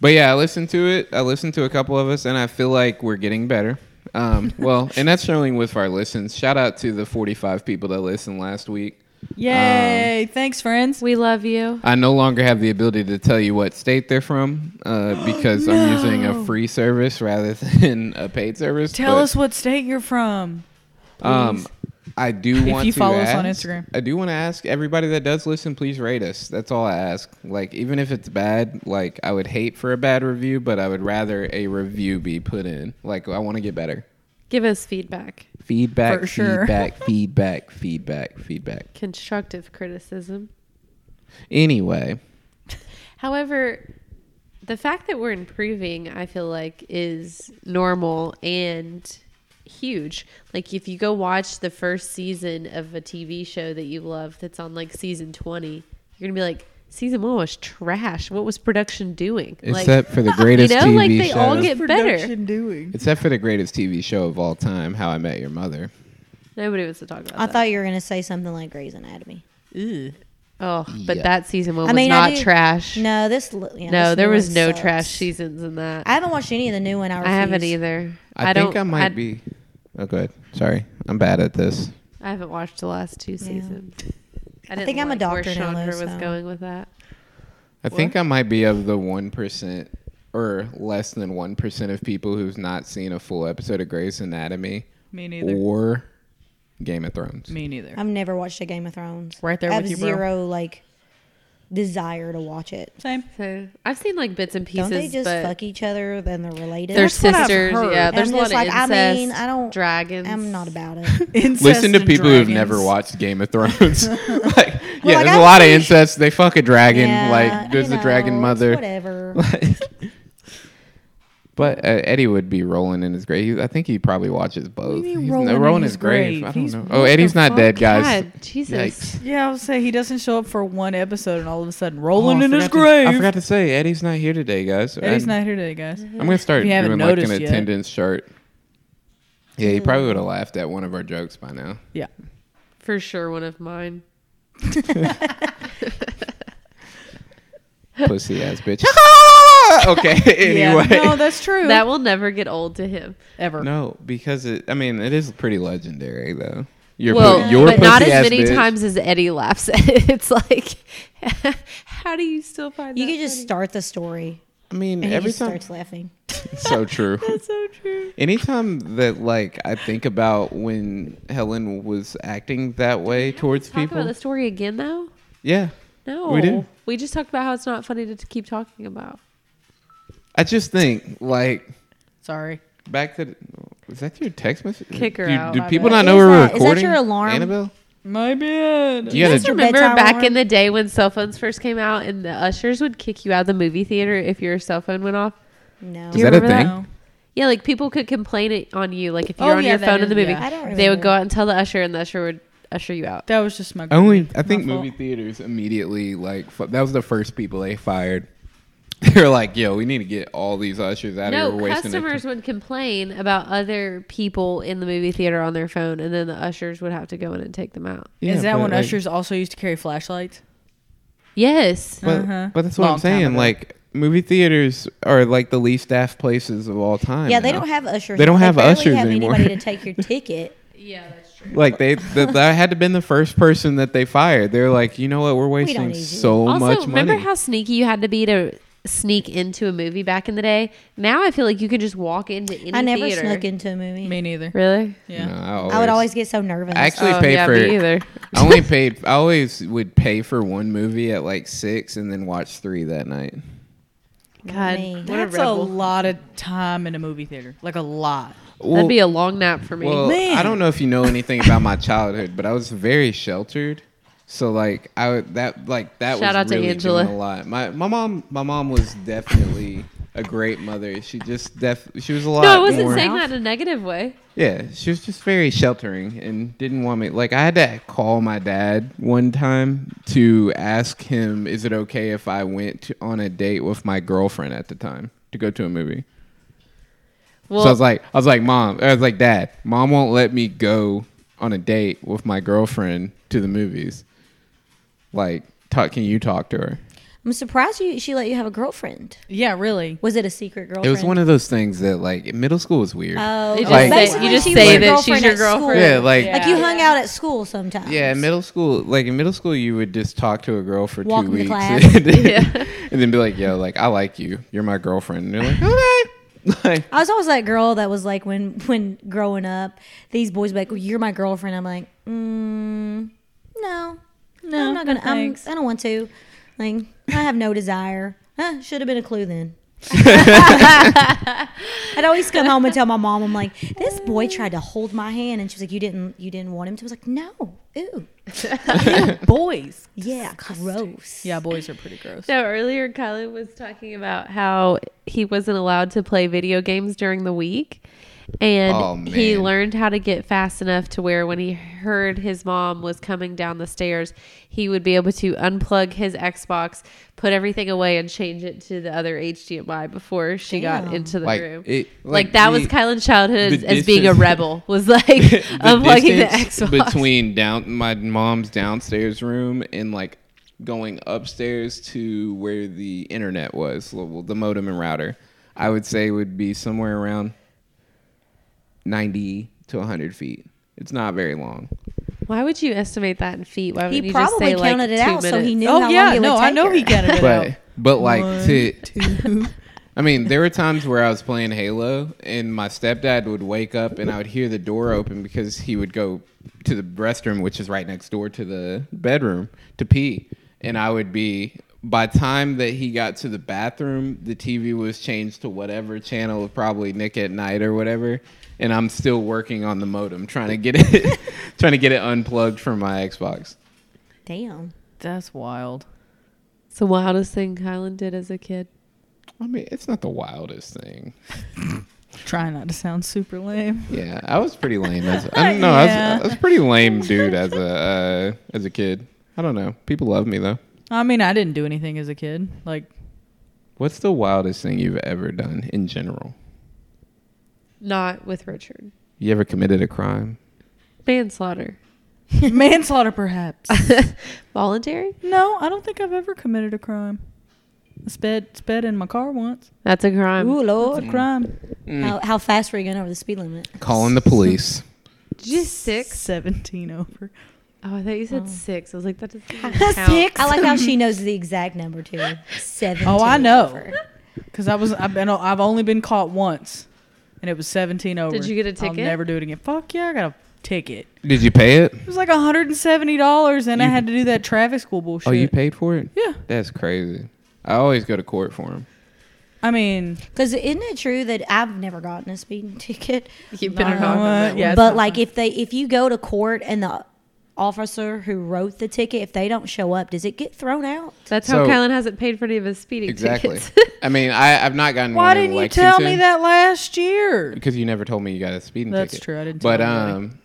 Speaker 3: But yeah, I listened to it. I listened to a couple of us, and I feel like we're getting better.
Speaker 2: <laughs>
Speaker 3: Um, well, and that's showing with our listens. Shout out to the forty-five people that listened last week.
Speaker 2: <laughs>
Speaker 3: Um,
Speaker 2: Yay! Thanks, friends.
Speaker 4: We love you.
Speaker 3: I no longer have the ability to tell you what state they're from uh, because I'm using
Speaker 2: <gasps>
Speaker 3: a free service rather <laughs> than a paid service.
Speaker 2: Tell
Speaker 3: but,
Speaker 2: us what state you're from.
Speaker 3: Um, I do want
Speaker 2: you
Speaker 3: to
Speaker 2: follow us on
Speaker 3: ask-
Speaker 2: Instagram.
Speaker 3: I do want to ask everybody that does listen, please rate us. That's all I ask. Like, even if it's bad, like I would hate for a bad review, but I would rather a review be put in. Like, I want to get better.
Speaker 4: Give us feedback.
Speaker 3: Feedback,
Speaker 2: For sure.
Speaker 3: feedback, feedback, feedback, feedback.
Speaker 4: Constructive criticism.
Speaker 3: Anyway,
Speaker 4: However, the fact that we're improving, I feel like, is normal and huge. Like, if you go watch the first season of a TV show that you love that's on like season 20, you're going to be like, season one was trash. What was production doing?
Speaker 3: except
Speaker 4: like,
Speaker 3: for the greatest
Speaker 4: <laughs> you know,
Speaker 3: TV
Speaker 4: like they
Speaker 3: show.
Speaker 4: all get better.
Speaker 2: Production doing.
Speaker 3: except for the greatest TV show of all time, How I Met Your Mother.
Speaker 4: Nobody wants to talk about
Speaker 1: I
Speaker 4: that.
Speaker 1: thought you were gonna say something like Grey's Anatomy.
Speaker 4: Oh, but
Speaker 3: Yeah.
Speaker 4: that season one
Speaker 1: I
Speaker 4: was
Speaker 1: mean, I
Speaker 4: not
Speaker 1: do-
Speaker 4: trash. No,
Speaker 1: No, this. li- Yeah, this
Speaker 4: there
Speaker 1: new
Speaker 4: was
Speaker 1: one
Speaker 4: no
Speaker 1: sucks.
Speaker 4: trash seasons in that.
Speaker 1: I
Speaker 4: I,
Speaker 1: haven't watched any of the new one. I, refuse.
Speaker 4: haven't either.
Speaker 3: I,
Speaker 4: don't,
Speaker 3: think I might be. Oh, good. Sorry, I'm bad at this.
Speaker 4: I haven't watched the last two <laughs> seasons. I, didn't
Speaker 1: think I'm a
Speaker 4: like
Speaker 1: doctor
Speaker 4: where
Speaker 1: now,
Speaker 4: Chandra
Speaker 1: though,
Speaker 4: was
Speaker 1: so-
Speaker 4: going with that.
Speaker 3: I think I might be of the one percent or less than one percent of people who's not seen a full episode of Grey's Anatomy
Speaker 2: Me neither.
Speaker 3: or Game of Thrones.
Speaker 2: Me neither.
Speaker 1: I've never watched a Game of Thrones.
Speaker 2: Right there
Speaker 1: I have
Speaker 2: with you, bro.
Speaker 1: zero like desire to watch it.
Speaker 3: <laughs>
Speaker 2: Same.
Speaker 4: So I've seen like bits and
Speaker 1: Don't
Speaker 4: pieces,
Speaker 1: they just
Speaker 4: but
Speaker 1: fuck each other? Then they're related.
Speaker 4: they're
Speaker 2: what I've
Speaker 4: sisters.
Speaker 2: heard.
Speaker 4: Yeah,
Speaker 2: And
Speaker 4: there's
Speaker 1: I'm
Speaker 4: a lot
Speaker 1: just
Speaker 4: of
Speaker 1: like, I
Speaker 4: incest.
Speaker 1: mean, I don't-
Speaker 4: Dragons.
Speaker 1: I'm not about
Speaker 4: <laughs>
Speaker 1: it.
Speaker 2: Incest
Speaker 3: Listen to
Speaker 2: and
Speaker 3: people who've never
Speaker 2: dragons.
Speaker 3: watched Game of Thrones. like, yeah,
Speaker 1: like,
Speaker 3: there's
Speaker 1: I'm
Speaker 3: a lot of
Speaker 1: pretty
Speaker 3: incest. They fuck a dragon.
Speaker 1: Yeah,
Speaker 3: like, there's
Speaker 1: you
Speaker 3: a
Speaker 1: know,
Speaker 3: dragon
Speaker 1: it's
Speaker 3: mother.
Speaker 1: Whatever.
Speaker 3: <laughs> but uh, Eddie would be rolling in his grave. He- I think he probably watches both.
Speaker 2: do you mean
Speaker 3: He's
Speaker 2: rolling
Speaker 3: no-
Speaker 2: in
Speaker 3: rolling
Speaker 2: his
Speaker 3: his grave.
Speaker 2: grave?
Speaker 3: I don't
Speaker 2: He's-
Speaker 3: know.
Speaker 2: what
Speaker 3: Oh, Eddie's not dead, guys.
Speaker 4: God, Jesus.
Speaker 3: Yikes.
Speaker 2: Yeah, I would say he doesn't show up for one episode and all of a sudden rolling
Speaker 3: Oh, I
Speaker 2: in his
Speaker 3: forgot to-
Speaker 2: grave.
Speaker 3: I forgot to say, Eddie's not here today, guys.
Speaker 2: Eddie's
Speaker 3: I'm,
Speaker 2: not here today, guys.
Speaker 3: I'm gonna start
Speaker 2: If you haven't
Speaker 3: doing like an
Speaker 2: noticed yet.
Speaker 3: attendance chart. Yeah, he probably would have laughed at one of our jokes by now.
Speaker 2: Yeah.
Speaker 4: For sure, one of mine.
Speaker 3: Pussy ass bitch. <laughs> okay. Anyway.
Speaker 2: <laughs> Yeah. No, that's true.
Speaker 4: That will never get old to him.
Speaker 2: Ever.
Speaker 3: <laughs> No, because it. I mean, it is pretty legendary though. Your pu-
Speaker 4: well,
Speaker 3: your
Speaker 4: but not as
Speaker 3: pussy-ass
Speaker 4: many
Speaker 3: bitch.
Speaker 4: times as Eddie laughs at it. <laughs> It's like, How do you still find
Speaker 1: You
Speaker 4: that
Speaker 1: could just
Speaker 4: funny?
Speaker 1: start the story
Speaker 3: I mean,
Speaker 1: and he
Speaker 3: every
Speaker 1: just
Speaker 3: time.
Speaker 1: starts laughing.
Speaker 3: so true.
Speaker 4: That's so true.
Speaker 3: Anytime that like I think about when Helen was acting that way towards
Speaker 4: Talk about
Speaker 3: people,
Speaker 4: the story again, though.
Speaker 3: yeah,
Speaker 4: No,
Speaker 3: We do.
Speaker 4: We just talked about how it's not funny to t- keep talking about.
Speaker 3: I just think like
Speaker 2: Sorry.
Speaker 3: back to was that your text message?
Speaker 4: Kick her
Speaker 3: do,
Speaker 4: out,
Speaker 3: Do
Speaker 2: my
Speaker 3: people
Speaker 1: bad.
Speaker 3: not know
Speaker 1: Is
Speaker 3: we're
Speaker 1: that- is that
Speaker 3: recording?
Speaker 1: your alarm?
Speaker 3: Annabelle?
Speaker 2: My bad.
Speaker 3: You gotta-
Speaker 4: Just remember
Speaker 1: bedtime
Speaker 4: back
Speaker 1: alarm?
Speaker 4: in the day when cell phones first came out, and the ushers would kick you out of the movie theater if your cell phone went off.
Speaker 1: No.
Speaker 3: Is that a
Speaker 4: remember
Speaker 3: thing?
Speaker 2: No.
Speaker 4: Yeah, like people could complain it on you, like if
Speaker 2: Oh,
Speaker 4: you're on
Speaker 2: yeah,
Speaker 4: your
Speaker 2: that
Speaker 4: phone in
Speaker 2: is-
Speaker 4: the movie,
Speaker 2: yeah.
Speaker 1: I don't
Speaker 4: they would
Speaker 1: remember.
Speaker 4: go out and tell the usher, and the usher would usher you out.
Speaker 2: That was just my
Speaker 3: Only
Speaker 2: grade.
Speaker 3: I think
Speaker 2: My fault.
Speaker 3: movie theaters immediately like f- that was the first people they fired. <laughs> They're like, yo, we need to get all these ushers out of here.
Speaker 4: No,
Speaker 3: We're wasting their
Speaker 4: customers
Speaker 3: time."
Speaker 4: would complain about other people in the movie theater on their phone, and then the ushers would have to go in and take them out.
Speaker 3: Yeah,
Speaker 2: Is that
Speaker 3: but,
Speaker 2: when
Speaker 3: like-
Speaker 2: ushers also used to carry flashlights?
Speaker 4: Yes.
Speaker 3: But,
Speaker 2: Uh-huh.
Speaker 3: but that's what
Speaker 2: Long
Speaker 3: I'm
Speaker 2: time
Speaker 3: saying.
Speaker 2: ago.
Speaker 3: Like movie theaters are like the least staffed places of all time.
Speaker 1: Yeah, they
Speaker 3: now.
Speaker 1: don't have ushers.
Speaker 3: They don't
Speaker 1: now.
Speaker 3: have
Speaker 1: barely
Speaker 3: ushers
Speaker 1: have
Speaker 3: anymore.
Speaker 1: Anybody to take
Speaker 3: <laughs>
Speaker 1: your ticket.
Speaker 4: Yeah, that's true.
Speaker 3: Like they, th- that had to been the first person that they fired. They're like, you know what? We're wasting
Speaker 1: need you."
Speaker 3: so
Speaker 4: also,
Speaker 3: much
Speaker 4: remember
Speaker 3: money.
Speaker 4: how sneaky you had to be to sneak into a movie back in the day? Now I feel like you can just walk into any
Speaker 1: I never
Speaker 4: theater.
Speaker 1: snuck into a movie.
Speaker 2: Me neither.
Speaker 4: Really?
Speaker 2: Yeah.
Speaker 3: No,
Speaker 1: I would always get so nervous.
Speaker 3: I actually
Speaker 4: Oh,
Speaker 3: paid
Speaker 4: yeah,
Speaker 3: for.
Speaker 4: me either.
Speaker 3: I only <laughs> paid. I always would pay for one movie at like six, and then watch three that night.
Speaker 4: God,
Speaker 1: me.
Speaker 4: what
Speaker 2: That's a,
Speaker 4: a rebel.
Speaker 2: lot of time in a movie theater. Like a lot.
Speaker 3: Well-
Speaker 4: That'd be a long nap for me.
Speaker 3: Well,
Speaker 4: <laughs>
Speaker 2: Man.
Speaker 3: I don't know if you know anything about my childhood, but I was very sheltered. So like I would- that like that was
Speaker 4: Shout out to
Speaker 3: really
Speaker 4: Angela.
Speaker 3: doing a lot. My my mom my mom was definitely a great mother. She just def she was a lot.
Speaker 4: no, I wasn't
Speaker 3: more,
Speaker 4: saying that in a negative way.
Speaker 3: Yeah, she was just very sheltering and didn't want me. Like I had to call my dad one time to ask him, "Is it okay if I went to, on a date with my girlfriend at the time to go to a movie?"
Speaker 4: Well,
Speaker 3: so I was like, I was like, mom, I was like, dad, mom won't let me go on a date with my girlfriend to the movies. Like, talk, can you talk to her?
Speaker 1: I'm surprised you, she let you have a girlfriend.
Speaker 2: Yeah, really.
Speaker 1: Was it a secret girlfriend?
Speaker 3: It was one of those things that like middle school was weird.
Speaker 1: Oh,
Speaker 4: You
Speaker 3: just Like- say-
Speaker 1: basically
Speaker 3: you
Speaker 4: just
Speaker 1: she
Speaker 4: say
Speaker 1: was your
Speaker 4: that she's
Speaker 1: girlfriend
Speaker 4: your
Speaker 1: at
Speaker 4: girlfriend.
Speaker 1: school.
Speaker 3: yeah, like
Speaker 1: Like you hung out at school sometimes.
Speaker 3: yeah, in middle school, like in middle school, you would just talk to a girl for
Speaker 1: Walk
Speaker 3: two
Speaker 1: into
Speaker 3: weeks, <laughs>
Speaker 1: class.
Speaker 3: and, then, and then be like, yo, like I like you, you're my girlfriend. And you're
Speaker 4: <laughs>
Speaker 3: like, okay, like
Speaker 1: I was always that girl that was like when <laughs> when growing up, these boys would be like, well, "You're my girlfriend." I'm like, mm, "No, no, I'm not gonna. I'm,
Speaker 2: thanks.
Speaker 1: I don't want to. Like, I have no desire. Huh, should have been a clue then." I'd always come home and tell my mom, "I'm like, this boy tried to hold my hand," and she was like, "You didn't, you didn't want him to." I was like, "No, ew,
Speaker 2: boys.
Speaker 1: yeah, gross."
Speaker 2: Yeah, boys are pretty gross.
Speaker 4: No, earlier Kylan was talking about how he wasn't allowed to play video games during the week. And
Speaker 3: Oh,
Speaker 4: he
Speaker 3: man.
Speaker 4: learned how to get fast enough to where when he heard his mom was coming down the stairs, he would be able to unplug his Xbox, put everything away, and change it to the other HDMI before she
Speaker 1: Damn.
Speaker 4: got into the
Speaker 3: Like,
Speaker 4: room.
Speaker 3: it-
Speaker 4: like,
Speaker 3: like,
Speaker 4: that
Speaker 3: the-
Speaker 4: was
Speaker 3: <laughs>
Speaker 4: Kylan's childhood as
Speaker 3: the
Speaker 4: being a
Speaker 3: distance-
Speaker 4: rebel,
Speaker 3: <laughs>
Speaker 4: was like <laughs> unplugging the Xbox.
Speaker 3: between down my mom's downstairs room and like going upstairs to where the internet was, well, the modem and router, I would say would be somewhere around ninety to hundred feet. It's not very long.
Speaker 4: Why would you estimate that in feet? Why would
Speaker 1: He
Speaker 4: you just
Speaker 1: probably
Speaker 4: say like
Speaker 1: counted it
Speaker 4: two
Speaker 1: out, so
Speaker 4: minutes?
Speaker 1: he knew
Speaker 2: Oh
Speaker 1: how long
Speaker 2: yeah,
Speaker 1: it
Speaker 2: no,
Speaker 1: would
Speaker 2: I
Speaker 1: take
Speaker 2: know
Speaker 1: her.
Speaker 3: <laughs>
Speaker 2: he counted it out.
Speaker 3: But but like to <laughs> I mean, there were times where I was playing Halo and my stepdad would wake up and I would hear the door open because he would go to the restroom, which is right next door to the bedroom, to pee. And I would be, by the time that he got to the bathroom, the TV was changed to whatever channel, probably Nick at Night or whatever. And I'm still working on the modem, trying to get it, <laughs> trying to get it unplugged from my Xbox.
Speaker 1: Damn.
Speaker 2: That's wild.
Speaker 4: It's the wildest thing Kylan did as a kid.
Speaker 3: I mean, it's not the wildest thing.
Speaker 2: Try not to sound super lame.
Speaker 3: Yeah, I was pretty lame. As, I
Speaker 2: <laughs>
Speaker 3: don't know. I,
Speaker 2: Yeah.
Speaker 3: was, I was a pretty lame dude as a uh, as a kid. I don't know. People love me though.
Speaker 2: I mean, I didn't do anything as a kid. Like
Speaker 3: What's the wildest thing you've ever done in general?
Speaker 4: Not with Richard.
Speaker 3: You ever committed a crime?
Speaker 1: <laughs>
Speaker 4: Manslaughter.
Speaker 2: manslaughter,
Speaker 4: <laughs>
Speaker 2: perhaps.
Speaker 4: Voluntary?
Speaker 2: no, I don't think I've ever committed a crime. I sped sped in my car once.
Speaker 4: That's a crime.
Speaker 1: Ooh, Lord.
Speaker 2: It's a crime.
Speaker 3: Mm.
Speaker 2: Mm.
Speaker 1: How,
Speaker 2: Oh,
Speaker 1: how fast were you going over the speed limit?
Speaker 3: Calling the police.
Speaker 4: Did you say six?
Speaker 2: Seventeen over.
Speaker 4: Oh, I thought you said six. I was like, that
Speaker 1: <laughs>
Speaker 4: doesn't even count.
Speaker 2: Six.
Speaker 1: I like how she knows the exact number
Speaker 2: <laughs>
Speaker 1: too. Seven.
Speaker 2: Oh, I know. Because I was I've been I've only been caught once, and it was seventeen over.
Speaker 4: Did you get a
Speaker 2: I'll
Speaker 4: ticket?
Speaker 2: never do it again. Fuck yeah, I got a ticket.
Speaker 3: Did you pay it?
Speaker 2: It was like hundred and seventy dollars, and I had to do that traffic school bullshit.
Speaker 3: Oh, you paid for it?
Speaker 2: Yeah.
Speaker 3: That's crazy. I always go to court for him.
Speaker 2: I mean,
Speaker 1: Because isn't it true that I've never gotten a speeding ticket?
Speaker 4: <laughs> You've been
Speaker 2: You know
Speaker 4: wrong. on that
Speaker 2: what? Yeah, it's
Speaker 1: but
Speaker 2: not
Speaker 1: like
Speaker 2: fun.
Speaker 1: if they if you go to court and the officer who wrote the ticket if they don't show up, does it get thrown out?
Speaker 4: That's how
Speaker 3: So-
Speaker 4: Kylan hasn't paid for any of his
Speaker 2: <laughs>
Speaker 4: speeding
Speaker 3: Exactly.
Speaker 4: tickets. <laughs>
Speaker 3: I mean, I, I've not gotten.
Speaker 2: why
Speaker 3: one
Speaker 2: didn't
Speaker 3: in
Speaker 2: you tell me
Speaker 3: Lexington
Speaker 2: that last year?
Speaker 3: Because you never told me you got a speeding
Speaker 2: That's
Speaker 3: ticket.
Speaker 2: true, I didn't
Speaker 3: But
Speaker 2: tell anybody.
Speaker 3: um,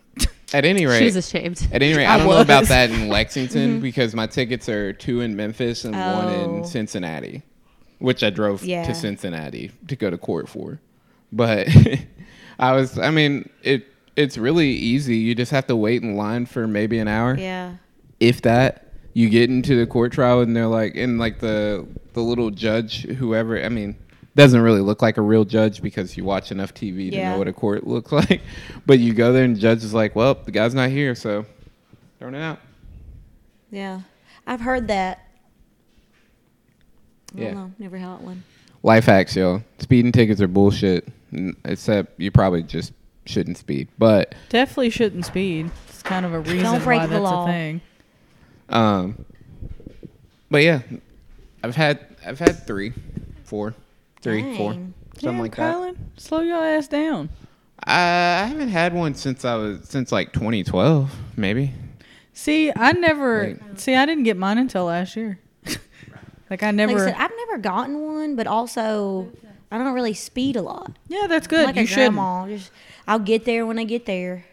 Speaker 3: at
Speaker 2: <laughs>
Speaker 3: any rate,
Speaker 4: She's ashamed.
Speaker 3: At any rate, I,
Speaker 2: I
Speaker 3: don't know about
Speaker 2: was.
Speaker 3: that in Lexington because my tickets are two in Memphis and one
Speaker 1: Oh.
Speaker 3: in Cincinnati, which I drove
Speaker 1: Yeah.
Speaker 3: to Cincinnati to go to court for. But <laughs> I was, I mean, it it's really easy. You just have to wait in line for maybe an hour,
Speaker 1: Yeah.
Speaker 3: if that. You get into the court trial and they're like, and like the the little judge, whoever. I mean, doesn't really look like a real judge because you watch enough TV to
Speaker 1: Yeah.
Speaker 3: know what a court <laughs> looks like. But you go there and the judge is like, well, the guy's not here, so throwing it out.
Speaker 1: Yeah. I've heard that. I
Speaker 3: Yeah.
Speaker 1: don't know. Never had one.
Speaker 3: Life hacks, yo. Speeding tickets are bullshit. n- Except you probably just shouldn't speed. But
Speaker 2: Definitely shouldn't speed. It's kind of a reason
Speaker 1: break
Speaker 2: why
Speaker 1: the
Speaker 2: that's
Speaker 1: law.
Speaker 2: a thing.
Speaker 3: um But yeah. I've had I've had three, four, three, four,
Speaker 1: Dang.
Speaker 3: Something
Speaker 2: Damn,
Speaker 3: like that.
Speaker 2: Kylan, slow your ass down.
Speaker 3: Uh, I haven't had one since I was since like 2012, maybe.
Speaker 2: See, I never. See, I didn't get mine until last year. <laughs> like I never.
Speaker 1: Like I said, I've never gotten one, but also I don't really speed a lot.
Speaker 2: yeah, that's
Speaker 1: I'm
Speaker 2: good.
Speaker 1: like
Speaker 2: you
Speaker 1: a
Speaker 2: should.
Speaker 1: grandma. Just I'll get there when I get there.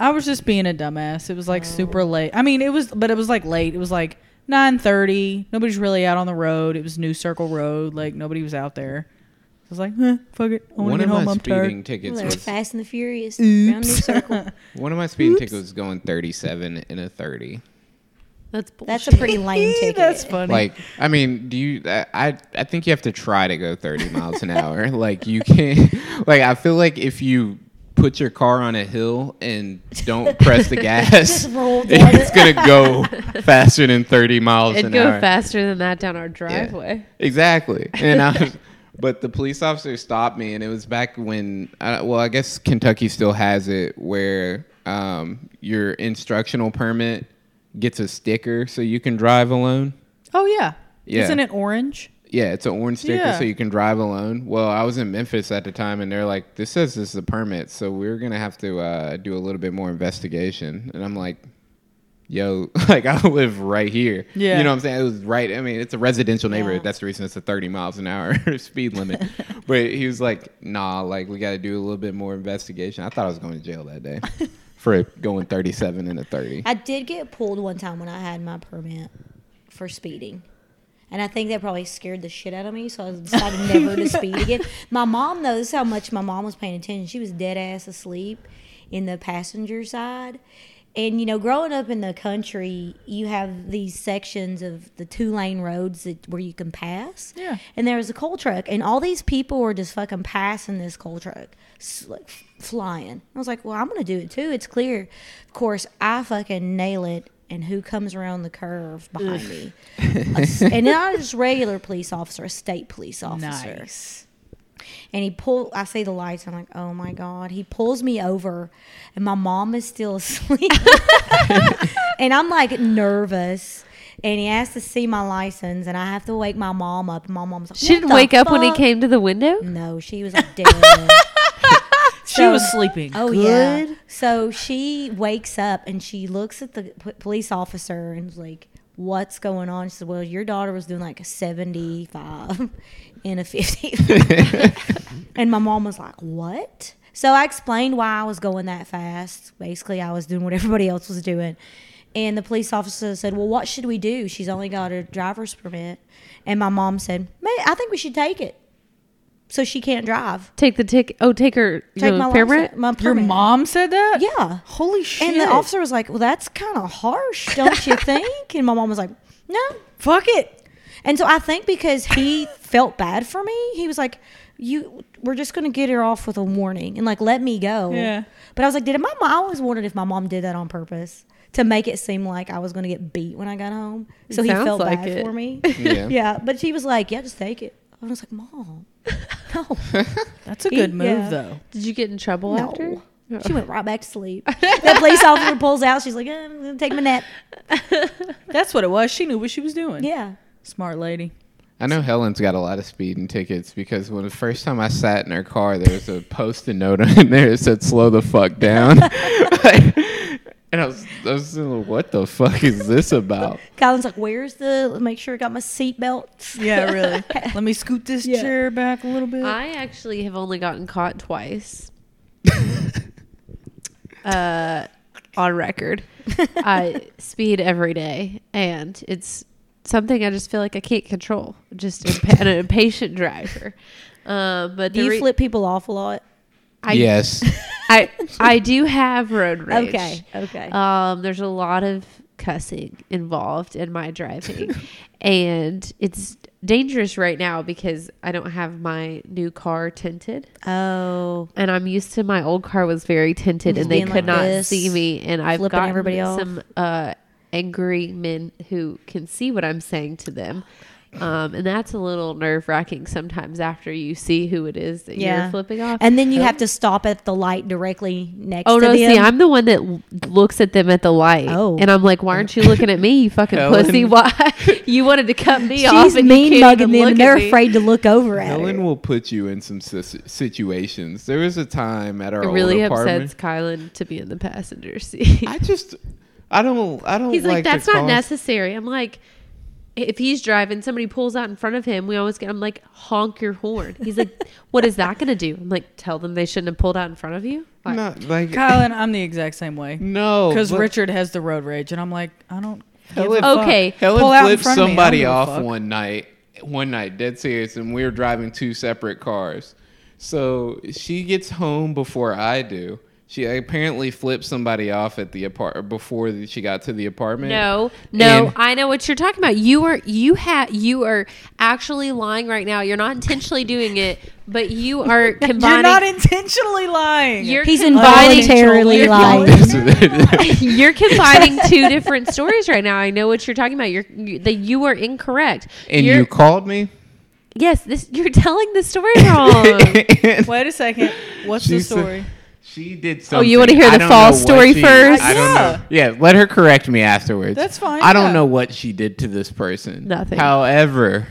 Speaker 2: I was just being a dumbass. It was
Speaker 1: Oh.
Speaker 2: like super late. I mean, it was, but it was like late. It was like nine thirty. Nobody's really out on the road. It was New Circle Road. Like nobody was out there. I was like, eh, fuck it. I want
Speaker 3: One
Speaker 2: to
Speaker 3: of
Speaker 2: get home.
Speaker 3: my
Speaker 2: I'm
Speaker 3: speeding
Speaker 2: tired.
Speaker 3: tickets
Speaker 1: Like
Speaker 3: was
Speaker 1: Fast and the Furious. Round new
Speaker 2: Oops. <laughs>
Speaker 1: circle.
Speaker 3: one of my speeding tickets was going 37 and a 30.
Speaker 4: That's
Speaker 3: <laughs>
Speaker 2: <laughs>
Speaker 4: bullshit.
Speaker 1: That's a pretty lame ticket.
Speaker 2: That's funny.
Speaker 3: Like, I mean, do you? I- I I think you have to try to go 30 miles an hour. <laughs> Like, you can't. <laughs> Like, I feel like if you put your car on a hill and
Speaker 1: <laughs>
Speaker 3: don't press the gas, <laughs>
Speaker 1: Just
Speaker 2: <laughs>
Speaker 1: roll down
Speaker 3: it's gonna
Speaker 1: <laughs>
Speaker 3: go faster than 30 miles
Speaker 4: It'd
Speaker 3: an
Speaker 4: go
Speaker 3: hour.
Speaker 4: faster than that down our
Speaker 3: Yeah.
Speaker 4: driveway.
Speaker 3: Exactly. And I was, but the police officer stopped me, and it was back when, uh, well, I guess Kentucky still has it where um, your instructional permit gets a sticker so you can drive alone.
Speaker 2: oh yeah.
Speaker 3: Yeah.
Speaker 2: Isn't it orange?
Speaker 3: Yeah, it's an orange sticker,
Speaker 2: Yeah.
Speaker 3: so you can drive alone. Well, I was in Memphis at the time, and they're like, "This says this is a permit, so we're gonna have to uh, do a little bit more investigation." And I'm like, "Yo, <laughs> like I live right here.
Speaker 2: Yeah.
Speaker 3: you know what I'm saying? It was right. I mean, it's a residential neighborhood.
Speaker 1: Yeah.
Speaker 3: That's the reason it's a 30 miles an hour <laughs> speed limit." but he was like, "Nah, like we got to do a little bit more investigation." I thought I was going to jail that day for going 37 and a 30.
Speaker 1: I did get pulled one time when I had my permit for speeding. And I think that probably scared the shit out of me, so I decided never to speed again. My mom knows how much my mom was paying attention. She was dead ass asleep in the passenger side. And you know, growing up in the country, you have these sections of the two lane roads that where you can pass.
Speaker 2: Yeah.
Speaker 1: And there was a coal truck, and all these people were just fucking passing this coal truck, s- like f- flying. I was like, well, I'm gonna do it too. It's clear. Of course, I fucking nail it, and who comes around the curve behind me? A s- and not just regular police officer, a state police officer.
Speaker 2: Nice.
Speaker 1: And he pull. I see the lights. I'm like, oh my god. He pulls me over, and my mom is still <laughs> asleep. and I'm like nervous. And he has to see my license, and I have to wake my mom up. And my mom's like,
Speaker 4: She
Speaker 1: "What
Speaker 4: didn't
Speaker 1: the
Speaker 4: wake up when he
Speaker 1: fuck?"
Speaker 4: came to the window.
Speaker 1: No, she was like dead.
Speaker 2: She
Speaker 1: So-
Speaker 2: was sleeping.
Speaker 1: Oh
Speaker 2: good.
Speaker 1: yeah. So she wakes up and she looks at the p- police officer and is like, "What's going on?" She said, "Well, your daughter was doing like a seventy-five <laughs> and a fifty. <laughs> and my mom was like, "What?" So I explained why I was going that fast. Basically, I was doing what <laughs> everybody else was doing. And the police officer said, "Well, what should we do? She's only got her driver's permit." And my mom said, "May I think we should take it, so she can't drive."
Speaker 4: Take the ticket. Oh, take her.
Speaker 1: Take
Speaker 4: your
Speaker 1: my,
Speaker 4: permit.
Speaker 1: license- my
Speaker 2: Your
Speaker 1: permit.
Speaker 2: mom said that.
Speaker 1: Yeah.
Speaker 2: Holy shit.
Speaker 1: And the officer was like, "Well, that's kind of harsh, don't
Speaker 4: <laughs>
Speaker 1: you think?" and my mom was like, "No, fuck it." And so I think because he felt bad for me, he was like, you we're just gonna get her off with a warning and like let me go.
Speaker 2: Yeah.
Speaker 1: But I was like, did my mom? I always wondered if my mom did that on purpose to make it seem like I was gonna get beat when I got home, so he
Speaker 4: sounds
Speaker 1: felt
Speaker 4: like
Speaker 1: bad
Speaker 4: it.
Speaker 1: for
Speaker 4: <laughs>
Speaker 1: me. <laughs>
Speaker 3: Yeah.
Speaker 1: yeah, but she was like, yeah, just take it. I was like, mom, no,
Speaker 3: <laughs>
Speaker 2: That's a
Speaker 1: He-
Speaker 2: good move,
Speaker 1: yeah.
Speaker 2: though.
Speaker 4: Did you get in trouble after?
Speaker 1: no. She went right back to
Speaker 4: <laughs>
Speaker 1: sleep. that police officer pulls out. She's like, eh, I'm gonna take my nap.
Speaker 2: That's what it was. She knew what she was doing.
Speaker 1: Yeah.
Speaker 2: Smart lady.
Speaker 3: I know Helen's got a lot of speeding tickets because when the first time I sat in her car, there was a post-it note <laughs> in there that said "Slow the fuck
Speaker 4: <laughs>
Speaker 3: down," <laughs> and I was, I was like, "What the fuck is this about?"
Speaker 1: Colin's like, where's the? Make sure I got my seatbelt.
Speaker 2: Yeah,
Speaker 1: <laughs>
Speaker 2: really. Let me scoot this
Speaker 1: Yeah.
Speaker 2: chair back a little bit.
Speaker 4: I actually have only gotten caught twice. uh,
Speaker 1: <laughs>
Speaker 4: on record, I speed every day, and it's something I just feel like I can't control. Just imp- an impatient driver. Uh, but
Speaker 1: Do
Speaker 4: the
Speaker 1: you
Speaker 4: re-
Speaker 1: flip people off a lot?
Speaker 4: <laughs> I,
Speaker 3: yes,
Speaker 4: I I do have road rage.
Speaker 1: Okay. Okay.
Speaker 4: Um, there's a lot of cussing involved in
Speaker 1: <laughs>
Speaker 4: my driving, and it's dangerous right now because I don't have my new car tinted,
Speaker 1: oh.
Speaker 4: and I'm used to my old car was very tinted, and they
Speaker 1: Being
Speaker 4: could
Speaker 1: like
Speaker 4: not
Speaker 1: this,
Speaker 4: see me, and I've
Speaker 1: flipping
Speaker 4: got
Speaker 1: everybody off.
Speaker 4: some uh, angry men who can see what I'm saying to them. Um, and that's a little nerve wracking sometimes after you see who it is that
Speaker 1: Yeah.
Speaker 4: you're flipping off.
Speaker 1: And then you have to stop at the light directly next
Speaker 4: Oh
Speaker 1: to
Speaker 4: no!
Speaker 1: them.
Speaker 4: See, I'm the one that l- looks at them at the light,
Speaker 1: Oh.
Speaker 4: and I'm like, "Why aren't you looking
Speaker 3: <laughs>
Speaker 4: at me, you fucking
Speaker 3: Helen.
Speaker 4: pussy? Why <laughs> you wanted to cut me off?"
Speaker 1: She's
Speaker 4: and you
Speaker 1: mean
Speaker 4: can't
Speaker 1: mugging
Speaker 4: even
Speaker 1: them,
Speaker 4: look
Speaker 1: and
Speaker 4: at
Speaker 1: they're
Speaker 4: me?"
Speaker 1: afraid to look over at
Speaker 3: Helen
Speaker 1: her.
Speaker 3: will put you in some sis- situations. There was a time at our
Speaker 4: It
Speaker 3: old
Speaker 4: really
Speaker 3: apartment.
Speaker 4: upsets Kylan to be in the passenger <laughs> seat.
Speaker 3: I just, I don't, I don't.
Speaker 4: He's like,
Speaker 3: to
Speaker 4: "That's not
Speaker 3: cause-
Speaker 4: necessary." I'm like, if he's driving, somebody pulls out in front of him. We always get. I'm like, honk your horn. He's like, "What is that going to do?" I'm like, "Tell them they shouldn't have pulled out in front of you." Like,
Speaker 3: Not like
Speaker 2: Kylan, I'm the exact same way.
Speaker 3: no,
Speaker 2: Because
Speaker 3: Oh, but-
Speaker 2: Richard has the road rage, and I'm like, I don't. give a
Speaker 3: Helen-
Speaker 2: fuck.
Speaker 4: Okay.
Speaker 3: Helen
Speaker 2: Pull out in
Speaker 3: flipped
Speaker 2: front of me. I don't
Speaker 3: somebody
Speaker 2: give a
Speaker 3: off
Speaker 2: fuck.
Speaker 3: one night, one night, dead serious, and we were driving two separate cars. So she gets home before I do. She apparently flipped somebody off at the apart before the- she got to the apartment. <laughs>
Speaker 4: No, no,
Speaker 3: And-
Speaker 4: I know what you're talking about. You are you have you are actually lying right now. You're not intentionally doing it,
Speaker 1: <laughs>
Speaker 4: but you are combining.
Speaker 2: You're not intentionally lying.
Speaker 4: you're
Speaker 1: He's
Speaker 4: combining-
Speaker 1: involuntarily
Speaker 4: you're
Speaker 1: lying.
Speaker 2: <laughs>
Speaker 4: <laughs>
Speaker 1: <laughs>
Speaker 4: You're combining two different stories right now. I know what you're talking about. You're you, that you are incorrect.
Speaker 3: and
Speaker 4: You're-
Speaker 3: you called me.
Speaker 4: yes, this you're telling the story wrong.
Speaker 3: <laughs> And
Speaker 2: Wait a second. What's the
Speaker 3: She said-
Speaker 2: story?
Speaker 3: she did something.
Speaker 4: Oh, you wanna hear
Speaker 3: I
Speaker 4: the
Speaker 3: don't
Speaker 4: false
Speaker 3: know what
Speaker 4: story
Speaker 3: she-
Speaker 4: first?
Speaker 3: I don't know. Yeah, let her correct me afterwards.
Speaker 2: That's fine,
Speaker 3: I don't
Speaker 2: yeah.
Speaker 3: know what she did to this person.
Speaker 4: Nothing.
Speaker 3: However,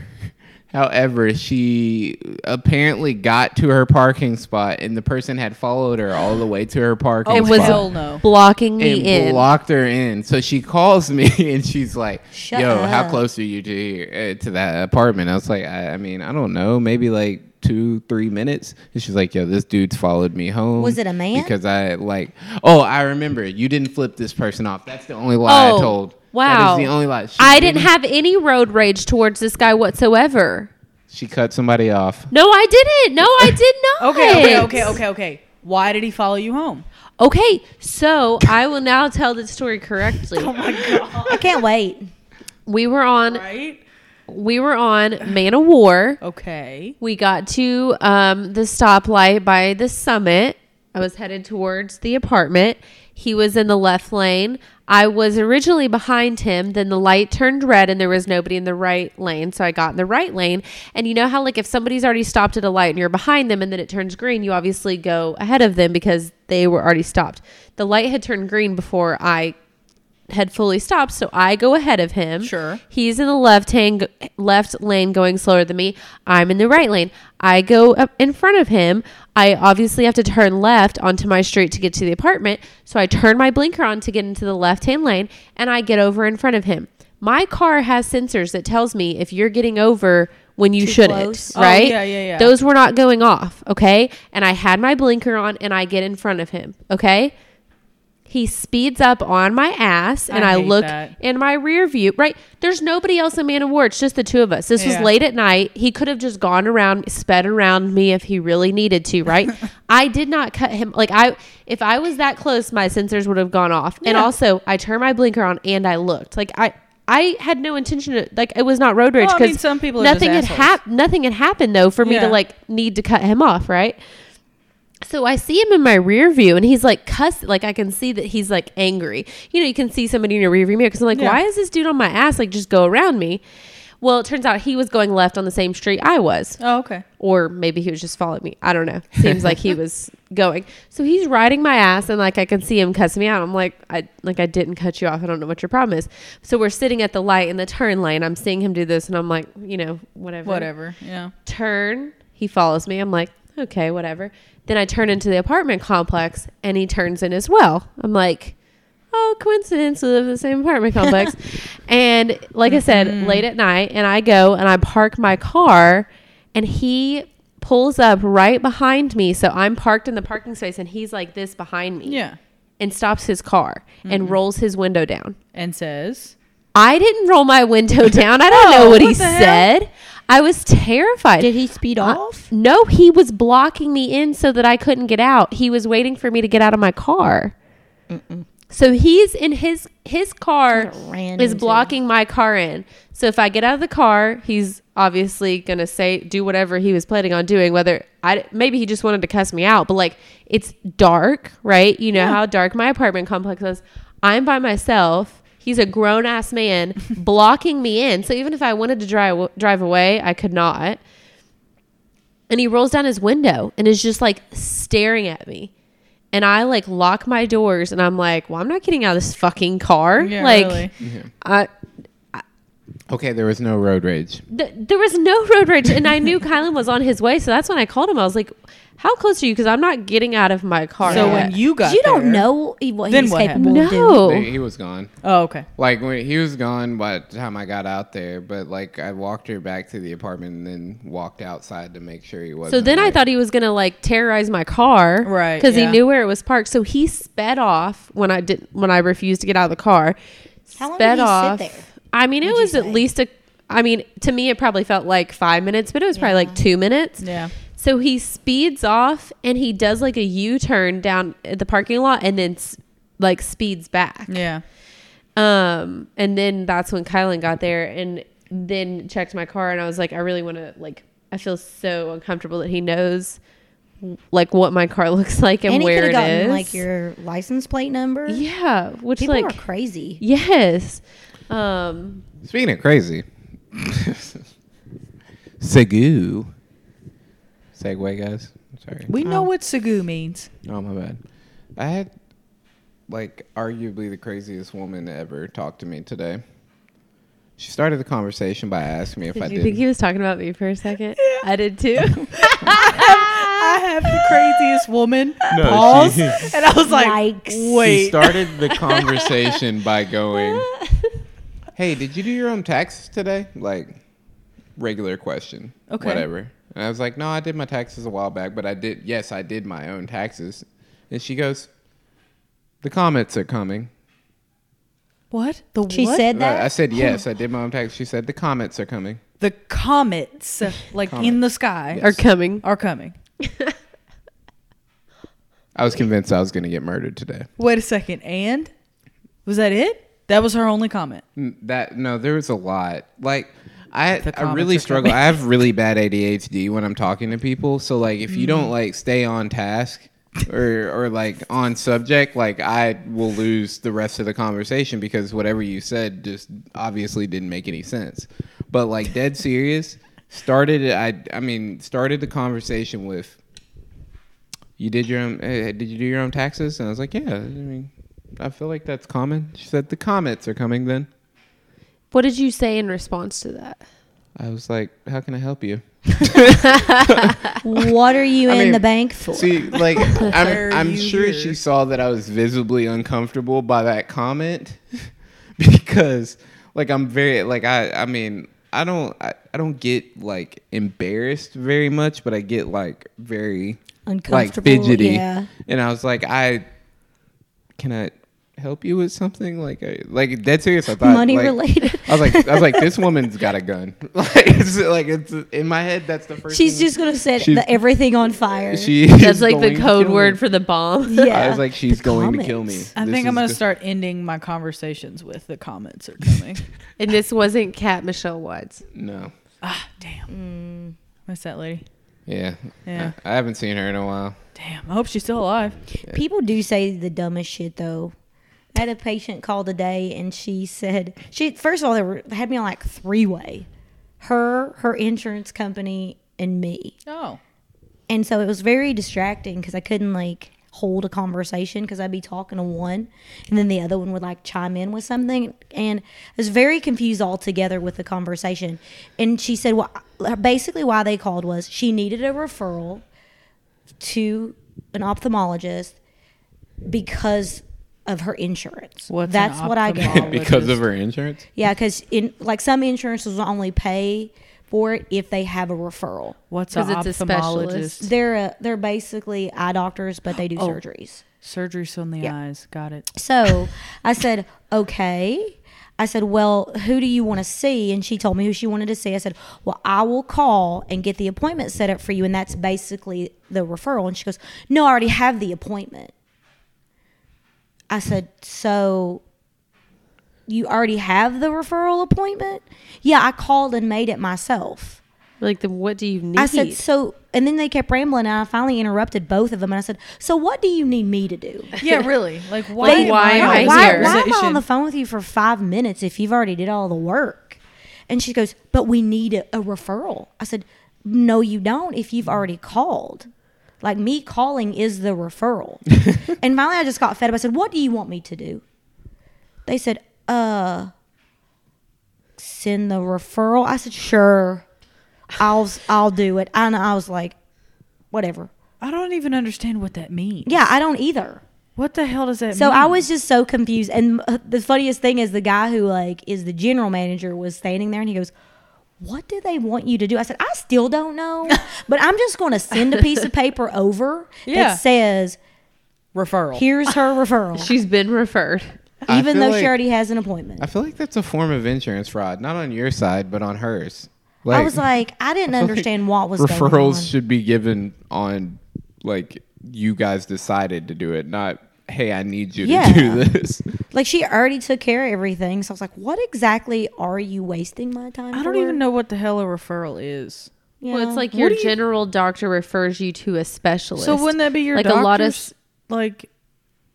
Speaker 3: however, she apparently got to her parking spot, and the person had followed her all the way to her parking
Speaker 2: Oh,
Speaker 4: It was
Speaker 3: spot
Speaker 2: hell no.
Speaker 4: Blocking me
Speaker 3: and
Speaker 4: in.
Speaker 3: blocked her in. So she calls me <laughs> and she's like,
Speaker 1: Shut
Speaker 3: "Yo, how
Speaker 1: up.
Speaker 3: close are you to here, uh, to that apartment?" I was like, I, "I mean, I don't know, maybe like two, three minutes." And she's like, "Yo, this dude's followed me home."
Speaker 1: Was it a man?
Speaker 3: Because I like, oh, I remember. You didn't flip this person off. That's the only lie I told.
Speaker 4: Wow.
Speaker 3: that is the only lie. She
Speaker 4: I didn't have any road rage towards this guy whatsoever.
Speaker 3: She cut somebody off.
Speaker 4: No, I didn't. No, I did not.
Speaker 2: Okay, okay, okay, okay, okay. Why did he follow you home?
Speaker 4: Okay, so I will now tell the story correctly.
Speaker 1: I can't wait.
Speaker 4: We were on
Speaker 2: Right?
Speaker 4: we were on Man of War.
Speaker 2: Okay.
Speaker 4: We got to um, the stoplight by the summit. I was headed towards the apartment. He was in the left lane. I was originally behind him. Then the light turned red and there was nobody in the right lane. So I got in the right lane. And you know how, like, if somebody's already stopped at a light and you're behind them and then it turns green, you obviously go ahead of them because they were already stopped. The light had turned green before I had fully stopped, so I go ahead of him.
Speaker 2: Sure.
Speaker 4: He's in the left hand left lane going slower than me. I'm in the right lane. I go up in front of him. I obviously have to turn left onto my street to get to the apartment, so I turn my blinker on to get into the left-hand lane and I get over in front of him. My car has sensors that tells me if you're getting over when you
Speaker 1: Too
Speaker 4: shouldn't,
Speaker 1: close.
Speaker 2: Oh,
Speaker 4: right?
Speaker 2: yeah, yeah, yeah.
Speaker 4: Those those were not going off, okay? And I had my blinker on and I get in front of him, okay? He speeds up on my ass and
Speaker 2: I
Speaker 4: I,
Speaker 2: hate
Speaker 4: look
Speaker 2: that.
Speaker 4: in my rear view. Right. There's nobody else in Man of War. It's just the two of us. This
Speaker 2: Yeah.
Speaker 4: was late at night. He could have just gone around, sped around me if he really needed to,
Speaker 2: <laughs>
Speaker 4: right? I did not cut him like I if I was that close, my sensors would have gone off. And also I turned my blinker on and I looked. Like I I had no intention of like it was not road rage
Speaker 2: Well, I
Speaker 4: because
Speaker 2: mean, some people are just
Speaker 4: nothing had
Speaker 2: assholes.
Speaker 4: happened nothing had happened though for me
Speaker 2: Yeah.
Speaker 4: to like need to cut him off, right? So I see him in my rear view and he's like cuss like I can see that he's like angry. You know, you can see somebody in your rear view mirror cuz I'm like,
Speaker 2: Yeah.
Speaker 4: why is this dude on my ass like just go around me? Well, it turns out he was going left on the same street I was.
Speaker 2: Oh, okay.
Speaker 4: Or maybe he was just following me. I don't know. Seems like he was going. So he's riding my ass and like I can see him cussing me out. I'm like, I like I didn't cut you off. I don't know what your problem is. So we're sitting at the light in the turn lane. I'm seeing him do this and I'm like, you know, whatever
Speaker 2: Whatever. Yeah.
Speaker 4: turn. He follows me. I'm like, okay, whatever. Then I turn into the apartment complex and he turns in as well. I'm like, oh, coincidence, we live in the
Speaker 2: <laughs>
Speaker 4: same apartment complex. and like I said,
Speaker 2: Mm-hmm.
Speaker 4: late at night, and I go and I park my car and he pulls up right behind me. So I'm parked in the parking space and he's like this behind me
Speaker 2: Yeah. Mm-hmm.
Speaker 4: and stops his car and rolls his window down.
Speaker 2: And says,
Speaker 4: I didn't roll
Speaker 2: <laughs>
Speaker 4: my window down. I don't know what, he
Speaker 2: Oh, what the hell?
Speaker 4: said. I was terrified.
Speaker 1: Did he speed
Speaker 4: I-
Speaker 1: off?
Speaker 4: No, he was blocking me in so that I couldn't get out. He was waiting for me to get out of my car. So he's in his his car
Speaker 1: Should've ran
Speaker 4: is
Speaker 1: into
Speaker 4: blocking my car in. So if I get out of the car, he's obviously gonna say do whatever he was planning on doing. Whether I maybe he just wanted to cuss me out, but like it's dark, right? You know how dark my apartment complex is. I'm by myself. He's a grown
Speaker 1: <laughs>
Speaker 4: ass man blocking me in. So even if I wanted to drive drive away, I could not and he rolls down his window and is just like staring at me and i like lock my doors and i'm like well i'm not getting out of this fucking car
Speaker 2: yeah,
Speaker 4: like
Speaker 2: really.
Speaker 4: I-
Speaker 3: Okay, there was no road rage.
Speaker 4: th- there was no road rage and
Speaker 2: <laughs>
Speaker 4: i knew kylan was on his way so that's when i called him i was like how close are you because i'm not getting out of my car
Speaker 2: So
Speaker 4: yet."
Speaker 2: when you got
Speaker 1: you don't
Speaker 2: there-
Speaker 1: know he- what
Speaker 2: Then
Speaker 1: he's
Speaker 2: what
Speaker 1: capable of doing.
Speaker 4: no
Speaker 3: He was gone.
Speaker 2: Oh, okay.
Speaker 3: Like when he was gone by the time I got out there, but like I walked her back to the apartment and then walked outside to make sure he wasn't.
Speaker 4: so then i
Speaker 3: like-
Speaker 4: thought he was gonna like terrorize my car
Speaker 2: Right,
Speaker 4: because
Speaker 2: yeah.
Speaker 4: he knew where it was parked so he sped off when i didn't when i refused to get out of the car
Speaker 1: How long did
Speaker 4: sped
Speaker 1: he sit
Speaker 4: off.
Speaker 1: there?
Speaker 4: I mean, it
Speaker 1: you
Speaker 4: was at
Speaker 1: say?
Speaker 4: least a. I mean, to me, it probably felt like five minutes, but it was probably like two minutes.
Speaker 2: Yeah.
Speaker 4: So he speeds off and he does like a U turn down at the parking lot and then s- like speeds back.
Speaker 2: Yeah.
Speaker 4: Um, and then that's when Kylan got there and then checked my car and I was like, I really want to like. I feel so uncomfortable that he knows like what my car <laughs> looks like and,
Speaker 1: And he
Speaker 4: where
Speaker 1: could have
Speaker 4: it
Speaker 1: gotten
Speaker 4: is.
Speaker 1: like your license plate number.
Speaker 4: yeah, which
Speaker 1: People
Speaker 4: like
Speaker 1: are crazy.
Speaker 4: yes. Um,
Speaker 3: Speaking of <laughs> crazy, Segu. Segway, guys. Sorry.
Speaker 2: We know what Sagu means.
Speaker 3: Oh my bad. I had like arguably the craziest woman to ever talk to me today. She started the conversation by asking me if
Speaker 4: Did
Speaker 3: I
Speaker 4: you
Speaker 3: did.
Speaker 4: think he was talking about me for
Speaker 3: <laughs>
Speaker 4: a second? I did too. <laughs>
Speaker 2: I have the craziest woman.
Speaker 3: No,
Speaker 2: pause.
Speaker 3: she- <laughs>
Speaker 2: and I was like,
Speaker 1: Yikes.
Speaker 3: she
Speaker 2: wait.
Speaker 3: started the conversation by going, "Hey, did you do your own taxes today?" Like regular question.
Speaker 2: Okay.
Speaker 3: Whatever. And I was like, "No, I did my taxes a while back, but I did yes, I did my own taxes." And she goes, "The comments are coming."
Speaker 2: What? The
Speaker 1: She
Speaker 2: what?
Speaker 1: said
Speaker 3: And I, I
Speaker 1: that.
Speaker 3: said,
Speaker 2: <laughs>
Speaker 3: "Yes, I did my own taxes." She said, "The comments are coming."
Speaker 2: the comets, uh,
Speaker 1: <laughs>
Speaker 2: like in the sky,
Speaker 4: Are coming.
Speaker 2: are coming.
Speaker 3: I was convinced I was going to get murdered today.
Speaker 2: Wait a second. And was that it? That was her only comment.
Speaker 3: N- That no, there was a lot. Like I,
Speaker 2: The
Speaker 3: I
Speaker 2: comments
Speaker 3: really
Speaker 2: are
Speaker 3: struggle.
Speaker 2: coming.
Speaker 3: I have really bad ADHD when I'm talking to people. So like, if you
Speaker 2: Mm.
Speaker 3: don't like stay on task or or like on subject, like I will lose the rest of the conversation because whatever you said just obviously didn't make any sense. But like,
Speaker 2: <laughs>
Speaker 3: dead serious. Started it- I I mean started the conversation with you did your own eh, did you do your own taxes and i was like yeah i mean i feel like that's common she said the comments are coming then
Speaker 4: What did you say in response to that?
Speaker 3: i was like how can i help you
Speaker 1: What are you
Speaker 3: I
Speaker 1: in
Speaker 3: mean,
Speaker 1: the bank for?
Speaker 2: <laughs>
Speaker 3: see like i'm,
Speaker 2: Are
Speaker 3: I'm
Speaker 2: you
Speaker 3: sure
Speaker 2: here?
Speaker 3: she saw that i was visibly uncomfortable by that comment <laughs> because like i'm very like i i mean i don't I, I don't get like embarrassed very much but i get like very like
Speaker 1: Uncomfortable.
Speaker 3: fidgety
Speaker 1: Yeah.
Speaker 3: and i was like i can i help you with something? Like, I, like dead serious. I thought
Speaker 1: Money
Speaker 3: like-
Speaker 1: related.
Speaker 3: I was like, I was like, this woman's got a gun. <laughs> Like, it's like it's in my head. That's the
Speaker 1: <laughs>
Speaker 3: first.
Speaker 1: She's
Speaker 3: thing-
Speaker 1: just gonna set
Speaker 3: She's-
Speaker 1: the, everything on fire.
Speaker 3: She.
Speaker 4: That's like the code word for the bomb.
Speaker 1: yeah.
Speaker 3: I was like, she's
Speaker 1: The
Speaker 3: going to kill me.
Speaker 1: comments.
Speaker 2: I
Speaker 3: This
Speaker 2: think I'm
Speaker 3: is
Speaker 2: gonna
Speaker 3: go-
Speaker 2: start ending my conversations with the comments are
Speaker 1: <laughs>
Speaker 2: coming.
Speaker 4: And this wasn't Cat Michelle Watts.
Speaker 3: No.
Speaker 2: ah, damn.
Speaker 4: Mm.
Speaker 2: What's that lady?
Speaker 3: Yeah.
Speaker 2: Yeah.
Speaker 3: I, I haven't seen her in a while.
Speaker 2: Damn. I hope she's still alive.
Speaker 1: People do say the dumbest shit though. I had a patient call today, and she said she first of all they were they had me on like three way, her, her insurance company, and me.
Speaker 2: Oh.
Speaker 1: and so it was very distracting because I couldn't like hold a conversation because I'd be talking to one and then the other one would like chime in with something and I was very confused altogether with the conversation and she said well basically why they called was she needed a referral to an ophthalmologist because of her insurance
Speaker 2: What's an
Speaker 1: that's what I got
Speaker 2: ophthalmologist?
Speaker 3: Because of her insurance.
Speaker 1: yeah because in like some insurances will only pay for it if they have a referral
Speaker 2: What's a
Speaker 4: 'Cause it's a specialist.
Speaker 2: ophthalmologist?
Speaker 1: they're uh, they're basically eye doctors, but they do
Speaker 2: Oh.
Speaker 1: surgeries.
Speaker 2: Surgery's on the eyes. Got
Speaker 4: <laughs>
Speaker 2: it.
Speaker 1: So I said, okay. I said, well, who do you want to see? And she told me who she wanted to see. I said, well, I will call and get the appointment set up for you, and that's basically the referral. And she goes, no, I already have the appointment. I said, so you already have the referral appointment? Yeah, I called and made it myself.
Speaker 4: Like, the, what do you need?
Speaker 1: I said, so, and then they kept rambling, and I finally interrupted both of them, and I said, so what do you need me to do?
Speaker 2: Yeah, really. Like why?
Speaker 1: They-
Speaker 4: am why I
Speaker 1: why,
Speaker 4: on
Speaker 1: why
Speaker 4: here?
Speaker 1: am I on the phone with you for five minutes if you've already did all the work? And she goes, but we need a, a referral. I said, no, you don't if you've already called. Like me calling is the referral. and finally, I just got fed up. I said, what do you want me to do? They said, uh, send the referral. I said, sure. I'll I'll do it. And I was like, whatever.
Speaker 2: I don't even understand what that means.
Speaker 1: Yeah, I don't either.
Speaker 2: What the hell does that
Speaker 1: So
Speaker 2: mean?
Speaker 1: I was just so confused. And uh, the funniest thing is the guy who like is the general manager was standing there and he goes, "What do they want you to do?" I said, "I still don't know, but I'm just going to send a piece of paper over
Speaker 2: Yeah.
Speaker 1: that says
Speaker 2: referral.
Speaker 1: here's her referral,
Speaker 4: <laughs> She's been referred.
Speaker 3: I
Speaker 1: even
Speaker 3: feel
Speaker 1: though
Speaker 3: like-
Speaker 1: she already has an appointment."
Speaker 3: I feel like that's a form of insurance fraud, not on your side, but on hers.
Speaker 1: I was like, I didn't understand what was
Speaker 3: referrals
Speaker 1: going on.
Speaker 3: should be given on like you guys decided to do it, not hey, I need you
Speaker 1: Yeah.
Speaker 3: to do this. <laughs>
Speaker 1: Like she already took care of everything, so I was like, "What exactly are you wasting my time?"
Speaker 2: I don't
Speaker 1: for?"
Speaker 2: even know what the hell a referral is.
Speaker 1: You
Speaker 4: Well,
Speaker 1: know?
Speaker 4: it's like your
Speaker 2: do you-
Speaker 4: general doctor refers you to a specialist.
Speaker 2: So wouldn't that be your
Speaker 4: like a lot of
Speaker 2: doctor's- like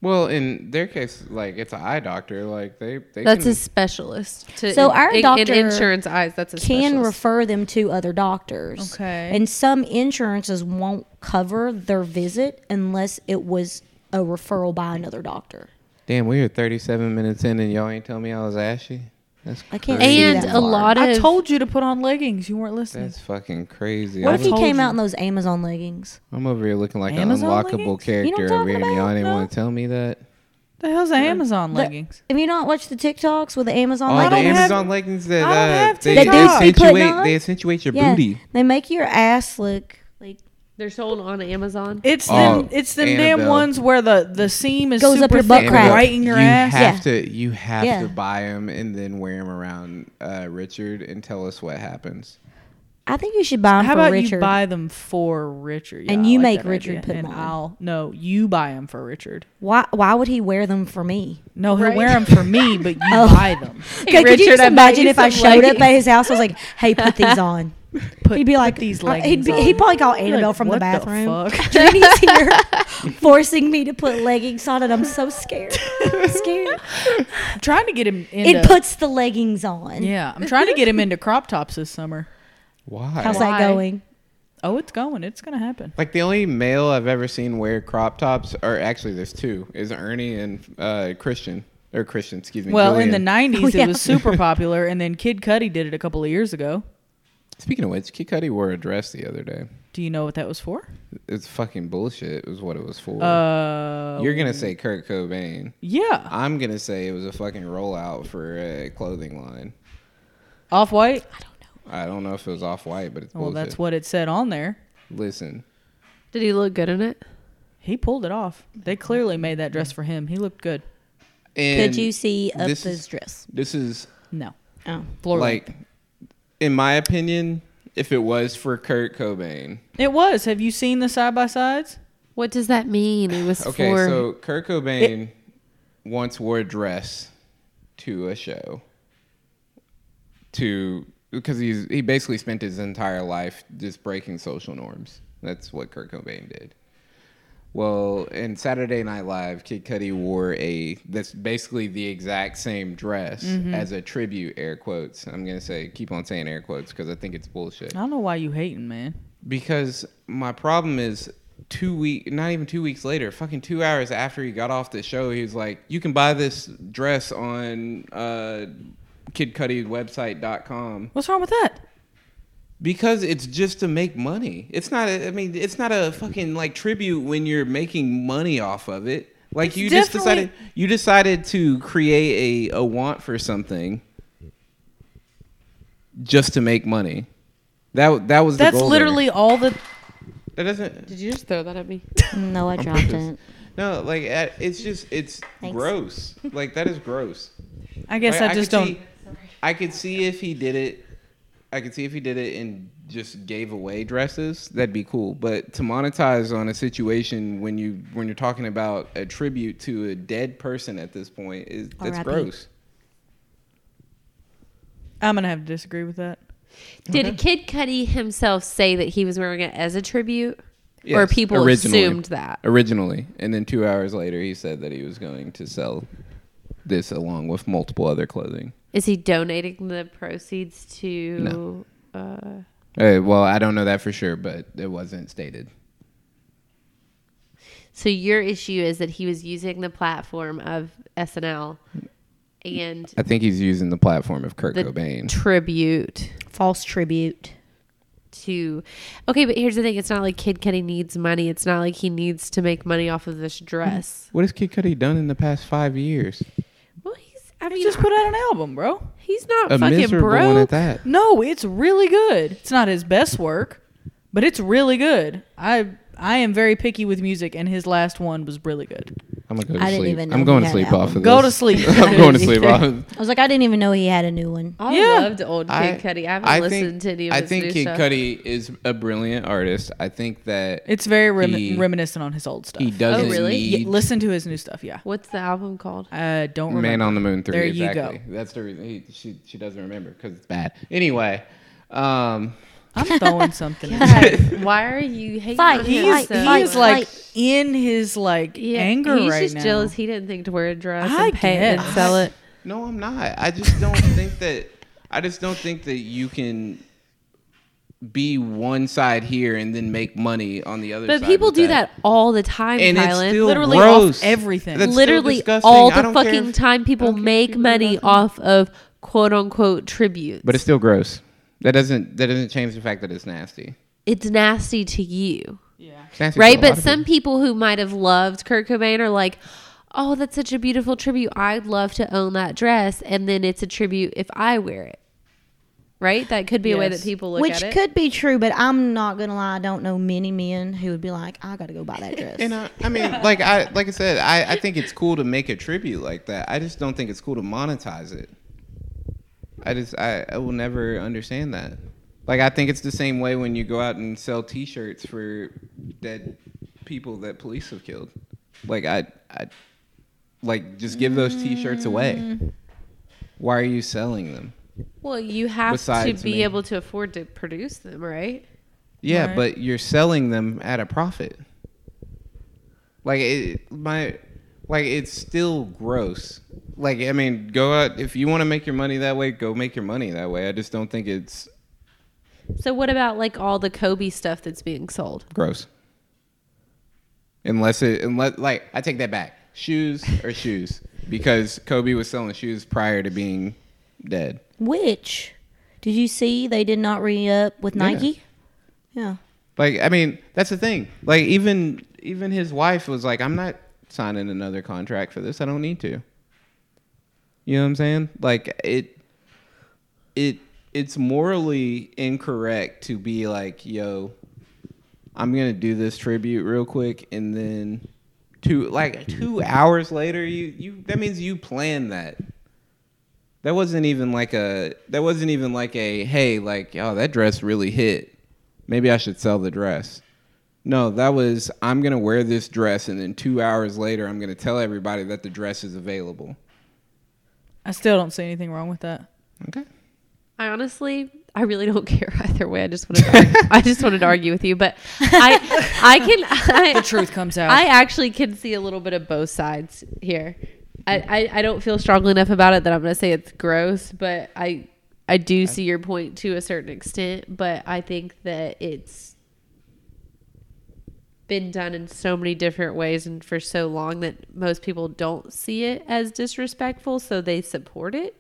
Speaker 3: well, in their case, like it's an eye doctor, like they they
Speaker 4: that's
Speaker 3: can,
Speaker 4: a specialist. To,
Speaker 1: So our
Speaker 4: in- in
Speaker 1: doctor
Speaker 4: insurance eyes, that's a
Speaker 1: can
Speaker 4: specialist.
Speaker 1: refer them to other doctors.
Speaker 2: Okay.
Speaker 1: And some insurances won't cover their visit unless it was a referral by another doctor.
Speaker 3: damn. We were thirty seven minutes in, and y'all ain't tell me I was ashy. That's
Speaker 1: I can't
Speaker 3: crazy.
Speaker 1: see
Speaker 4: and
Speaker 1: that
Speaker 4: a
Speaker 1: far.
Speaker 4: lot of
Speaker 2: I told you to put on leggings. You weren't listening.
Speaker 3: That's fucking crazy.
Speaker 1: What
Speaker 3: I'm,
Speaker 1: if he
Speaker 2: told
Speaker 1: came
Speaker 2: you.
Speaker 1: out in those Amazon leggings?
Speaker 3: I'm over here looking like
Speaker 2: Amazon
Speaker 3: an unlockable
Speaker 2: leggings?
Speaker 3: character
Speaker 1: You know what I'm
Speaker 3: over here,
Speaker 1: talking
Speaker 3: and y'all
Speaker 1: about?
Speaker 3: didn't
Speaker 1: No.
Speaker 3: want to tell me that.
Speaker 2: the hell's a Amazon
Speaker 1: The-
Speaker 2: leggings?
Speaker 1: Have you not watched the TikToks with the Amazon
Speaker 3: Oh, the
Speaker 1: leggings?
Speaker 2: have-
Speaker 3: Amazon leggings that,
Speaker 2: I don't
Speaker 3: uh,
Speaker 2: have
Speaker 3: they,
Speaker 2: That
Speaker 3: they
Speaker 2: dudes be
Speaker 1: putting
Speaker 3: accentuate
Speaker 1: on?
Speaker 3: they accentuate your
Speaker 1: yeah,
Speaker 3: booty.
Speaker 1: they make your ass look like
Speaker 4: they're sold on Amazon.
Speaker 2: It's
Speaker 3: Oh,
Speaker 2: them. It's them damn
Speaker 3: Annabelle.
Speaker 2: ones where the the seam is
Speaker 1: Goes
Speaker 2: super
Speaker 1: up your butt
Speaker 2: thick,
Speaker 1: crack.
Speaker 2: right in your
Speaker 3: you
Speaker 2: ass.
Speaker 3: have
Speaker 1: Yeah.
Speaker 3: to you have
Speaker 1: Yeah.
Speaker 3: to buy them and then wear them around uh, Richard and tell us what happens.
Speaker 1: I think you should buy them
Speaker 2: How
Speaker 1: for
Speaker 2: about
Speaker 1: Richard.
Speaker 2: you buy them for Richard?
Speaker 1: And
Speaker 2: I
Speaker 1: you
Speaker 2: like
Speaker 1: make
Speaker 2: that
Speaker 1: Richard
Speaker 2: idea.
Speaker 1: put
Speaker 2: and
Speaker 1: 'em on.
Speaker 2: I'll no, you buy them for Richard.
Speaker 1: why why would he wear them for me?
Speaker 2: No, he'll
Speaker 4: Right.
Speaker 2: wear them for me,
Speaker 1: <laughs>
Speaker 2: but you
Speaker 1: Oh.
Speaker 2: buy them.
Speaker 4: Hey,
Speaker 1: could you
Speaker 4: Richard,
Speaker 1: just
Speaker 4: I bought
Speaker 1: imagine
Speaker 4: you
Speaker 1: if I
Speaker 4: some
Speaker 1: showed up at
Speaker 4: leggings.
Speaker 1: his house? I was like, "Hey, put these on."
Speaker 2: Put,
Speaker 1: He'd be
Speaker 2: put
Speaker 1: like
Speaker 2: these
Speaker 1: uh,
Speaker 2: leggings.
Speaker 1: He'd, be,
Speaker 2: on.
Speaker 1: he'd probably call
Speaker 2: Be like,
Speaker 1: Annabelle from the
Speaker 2: "What
Speaker 1: bathroom. <laughs>
Speaker 2: fuck?"
Speaker 1: Judy's here forcing me to put leggings on, and I'm so scared. I'm scared.
Speaker 2: I'm trying to get him. Into,
Speaker 1: It puts the leggings on.
Speaker 2: Yeah, I'm trying to get him into crop tops this summer.
Speaker 3: Why?
Speaker 1: How's
Speaker 4: Why?
Speaker 1: that going?
Speaker 2: Oh, it's going. It's gonna happen.
Speaker 3: like the only male I've ever seen wear crop tops, or actually there's two, is Ernie and uh, Christian or Christian, excuse me.
Speaker 2: Well, in
Speaker 3: Julian. <laughs>
Speaker 2: the '90s,
Speaker 1: Oh, yeah.
Speaker 2: it was super popular, and then Kid Cudi did it a couple of years ago.
Speaker 3: speaking of which, Kid Cudi wore a dress the other day.
Speaker 2: Do you know what that was for?
Speaker 3: It's fucking bullshit. Was what it was for.
Speaker 2: Uh,
Speaker 3: You're gonna say Kurt Cobain.
Speaker 2: yeah,
Speaker 3: I'm gonna say it was a fucking rollout for a clothing line.
Speaker 2: off white.
Speaker 3: I don't know if it was off white, but it's
Speaker 2: Well,
Speaker 3: bullshit.
Speaker 2: that's what it said on there.
Speaker 3: Listen,
Speaker 4: Did he look good in it?
Speaker 2: He pulled it off. They clearly made that dress for him. He looked good.
Speaker 3: And
Speaker 1: Could you see up
Speaker 3: this
Speaker 1: his
Speaker 3: is-
Speaker 1: dress?
Speaker 3: This is
Speaker 2: No.
Speaker 1: Oh,
Speaker 2: Floor
Speaker 3: like,
Speaker 2: length.
Speaker 3: in my opinion, if it was for Kurt Cobain,
Speaker 2: It was. Have you seen the side by sides?
Speaker 4: What does that mean? It was
Speaker 3: Okay,
Speaker 4: for
Speaker 3: so Kurt Cobain once wore a dress to a show. To because he's he basically spent his entire life just breaking social norms. That's what Kurt Cobain did. Well, in Saturday Night Live, Kid Cudi wore a that's basically the exact same dress
Speaker 4: Mm-hmm.
Speaker 3: as a tribute, air quotes. I'm gonna say keep on saying air quotes because I think it's bullshit.
Speaker 2: I don't know why you hating, man.
Speaker 3: Because my problem is two week, not even two weeks later, fucking two hours after he got off the show, he was like, "You can buy this dress on uh, KidCudiWebsite.com
Speaker 2: What's wrong with that?
Speaker 3: because it's just to make money. It's not. A, I mean, it's not a fucking like tribute when you're making money off of it. Like
Speaker 2: It's
Speaker 3: you just
Speaker 2: definitely-
Speaker 3: decided you decided to create a, a want for something just to make money. That that was the
Speaker 2: That's
Speaker 3: goal there.
Speaker 2: literally all the.
Speaker 3: that doesn't
Speaker 4: Did you just throw that
Speaker 2: <laughs>
Speaker 4: at me?
Speaker 1: Mm, no, I dropped
Speaker 3: purpose.
Speaker 1: it.
Speaker 3: No, like uh, it's just it's
Speaker 1: Thanks.
Speaker 3: gross. Like that is gross.
Speaker 2: I <laughs> guess
Speaker 3: Like,
Speaker 2: I just
Speaker 3: could
Speaker 2: don't.
Speaker 3: see- I could see if he did it. I could see if he did it and just gave away dresses. That'd be cool. But to monetize on a situation when you when you're talking about a tribute to a dead person at this point is that's
Speaker 1: R.I.P..
Speaker 3: gross.
Speaker 2: I'm gonna have to disagree with that.
Speaker 4: Did Kid Cudi himself say that he was wearing it as a tribute, or
Speaker 3: Yes,
Speaker 4: people
Speaker 3: originally.
Speaker 4: assumed that?
Speaker 3: Originally, and then two hours later, he said that he was going to sell this along with multiple other clothing.
Speaker 4: Is he donating the proceeds to? Uh,
Speaker 3: Uh, well, I don't know that for sure, but it wasn't stated.
Speaker 4: so your issue is that he was using the platform of SNL and
Speaker 3: I think he's using the platform of Kurt
Speaker 4: the
Speaker 3: Cobain.
Speaker 4: tribute
Speaker 1: False tribute.
Speaker 4: to. Okay, but here's the thing: it's not like Kid Cudi needs money. It's not like he needs to make money off of this dress.
Speaker 3: What has Kid Cudi done in the past five years?
Speaker 4: Well, he's. I
Speaker 2: He
Speaker 4: mean,
Speaker 2: just put out an album, bro.
Speaker 4: he's not
Speaker 3: A
Speaker 4: fucking
Speaker 3: miserable
Speaker 4: broke.
Speaker 3: one at that.
Speaker 2: No, it's really good. It's not his best work, but it's really good. I I am very picky with music, and his last one was really good.
Speaker 3: I'm gonna go to
Speaker 1: I didn't
Speaker 3: sleep.
Speaker 1: even know
Speaker 3: I'm
Speaker 1: he
Speaker 3: going to
Speaker 1: had
Speaker 3: sleep
Speaker 1: an
Speaker 3: off
Speaker 1: album.
Speaker 3: of this.
Speaker 2: Go to sleep.
Speaker 3: <laughs> I'm going to sleep off. Of
Speaker 1: I was like, I didn't even know he had a new one.
Speaker 4: I
Speaker 2: Yeah.
Speaker 4: loved old Kid Cudi. I haven't listened to any of
Speaker 3: I
Speaker 4: his
Speaker 3: think
Speaker 4: new
Speaker 3: Kid
Speaker 4: stuff.
Speaker 3: Cudi is a brilliant artist. I think that
Speaker 2: It's very remi-
Speaker 3: He-
Speaker 2: reminiscent on his old stuff.
Speaker 3: he doesn't
Speaker 4: Oh, really?
Speaker 2: Yeah,
Speaker 3: need
Speaker 2: listen to his new stuff. Yeah,
Speaker 4: What's the album <laughs> called?
Speaker 2: I don't remember.
Speaker 3: Man on the Moon Three.
Speaker 2: There you
Speaker 3: exactly. That's the reason he, she she doesn't remember because it's bad. Anyway, um, <laughs>
Speaker 2: I'm throwing something. in.
Speaker 4: Why are you hating
Speaker 1: Fight,
Speaker 4: on
Speaker 2: He's,
Speaker 4: him?
Speaker 1: Like,
Speaker 2: he's
Speaker 4: so
Speaker 1: fight,
Speaker 2: like,
Speaker 4: much?
Speaker 1: like-
Speaker 2: in his like
Speaker 4: Yeah,
Speaker 2: anger
Speaker 4: He's
Speaker 2: right
Speaker 4: just
Speaker 2: now.
Speaker 4: jealous. He didn't think to wear a dress
Speaker 2: I
Speaker 4: and pay it and
Speaker 2: guess.
Speaker 4: sell it.
Speaker 3: no, I'm not. I just <laughs> don't think that. I just don't think that you can be one side here and then make money on the other.
Speaker 4: But
Speaker 3: side
Speaker 4: people
Speaker 3: with
Speaker 4: do
Speaker 3: that.
Speaker 4: that all the time,
Speaker 3: And it's
Speaker 4: Kylan.
Speaker 3: still
Speaker 2: Literally
Speaker 3: gross.
Speaker 2: off everything.
Speaker 3: That's still
Speaker 4: Literally
Speaker 3: disgusting.
Speaker 4: all
Speaker 3: I
Speaker 4: the
Speaker 3: don't care
Speaker 4: fucking
Speaker 3: if-
Speaker 4: time people
Speaker 3: care if
Speaker 4: make
Speaker 3: people do
Speaker 4: money off of quote unquote tributes.
Speaker 3: But it's still gross. That doesn't that doesn't change the fact that it's nasty.
Speaker 4: it's nasty to you.
Speaker 2: Yeah.
Speaker 3: It's nasty to
Speaker 4: right?
Speaker 3: a lot
Speaker 4: But
Speaker 3: of
Speaker 4: some
Speaker 3: people.
Speaker 4: people who might have loved Kurt Cobain are like, oh, that's such a beautiful tribute. I'd love to own that dress. And then it's a tribute if I wear it. Right? That could be a way
Speaker 2: Yes.
Speaker 4: that people look
Speaker 1: Which
Speaker 4: at it.
Speaker 1: could be true, but I'm not gonna lie. I don't know many men who would be like, "I gotta go buy
Speaker 3: <laughs>
Speaker 1: that dress."
Speaker 3: And I, I mean, like I like I said, I, I think it's cool to make a tribute like that. I just don't think it's cool to monetize it. I just I, I will never understand that. Like I think it's the same way when you go out and sell T-shirts for dead people that police have killed. Like I I like just give those T-shirts away. Why are you selling them?
Speaker 4: well, you have to
Speaker 3: Besides
Speaker 4: be
Speaker 3: me.
Speaker 4: able to afford to produce them, right?
Speaker 3: Yeah,
Speaker 2: Right.
Speaker 3: but you're selling them at a profit. Like it, my, like it's still gross. Like I mean, go out if you want to make your money that way. Go make your money that way. I just don't think it's
Speaker 4: So, what about like all the Kobe stuff that's being sold?
Speaker 3: gross. Unless it, unless like I take that back. Shoes or shoes because Kobe was selling shoes prior to being dead.
Speaker 1: Which did you see? They did not re up with Nike. Yeah.
Speaker 3: Like I mean, that's the thing. Like even even his wife was like, "I'm not signing another contract for this. I don't need to." You know what I'm saying? Like it it it's morally incorrect to be like, "Yo, I'm going to do this tribute real quick and then two like two hours later you you that means you planned that that wasn't even like a that wasn't even like a hey like oh that dress really hit maybe i should sell the dress no that was i'm gonna wear this dress and then two hours later i'm gonna tell everybody that the dress is available
Speaker 2: I still don't see anything wrong with that.
Speaker 3: okay
Speaker 4: I honestly, I really don't <laughs> care either way. I just wanted, to argue, I just wanted to argue with you, but I, I can, <laughs> I,
Speaker 2: The truth comes out.
Speaker 4: I actually can see a little bit of both sides here. I, I, I don't feel strongly enough about it that I'm going to say it's gross, but I, I do see your point to a certain extent, but I think that it's been done in so many different ways and for so long that most people don't see it as disrespectful, so they support it.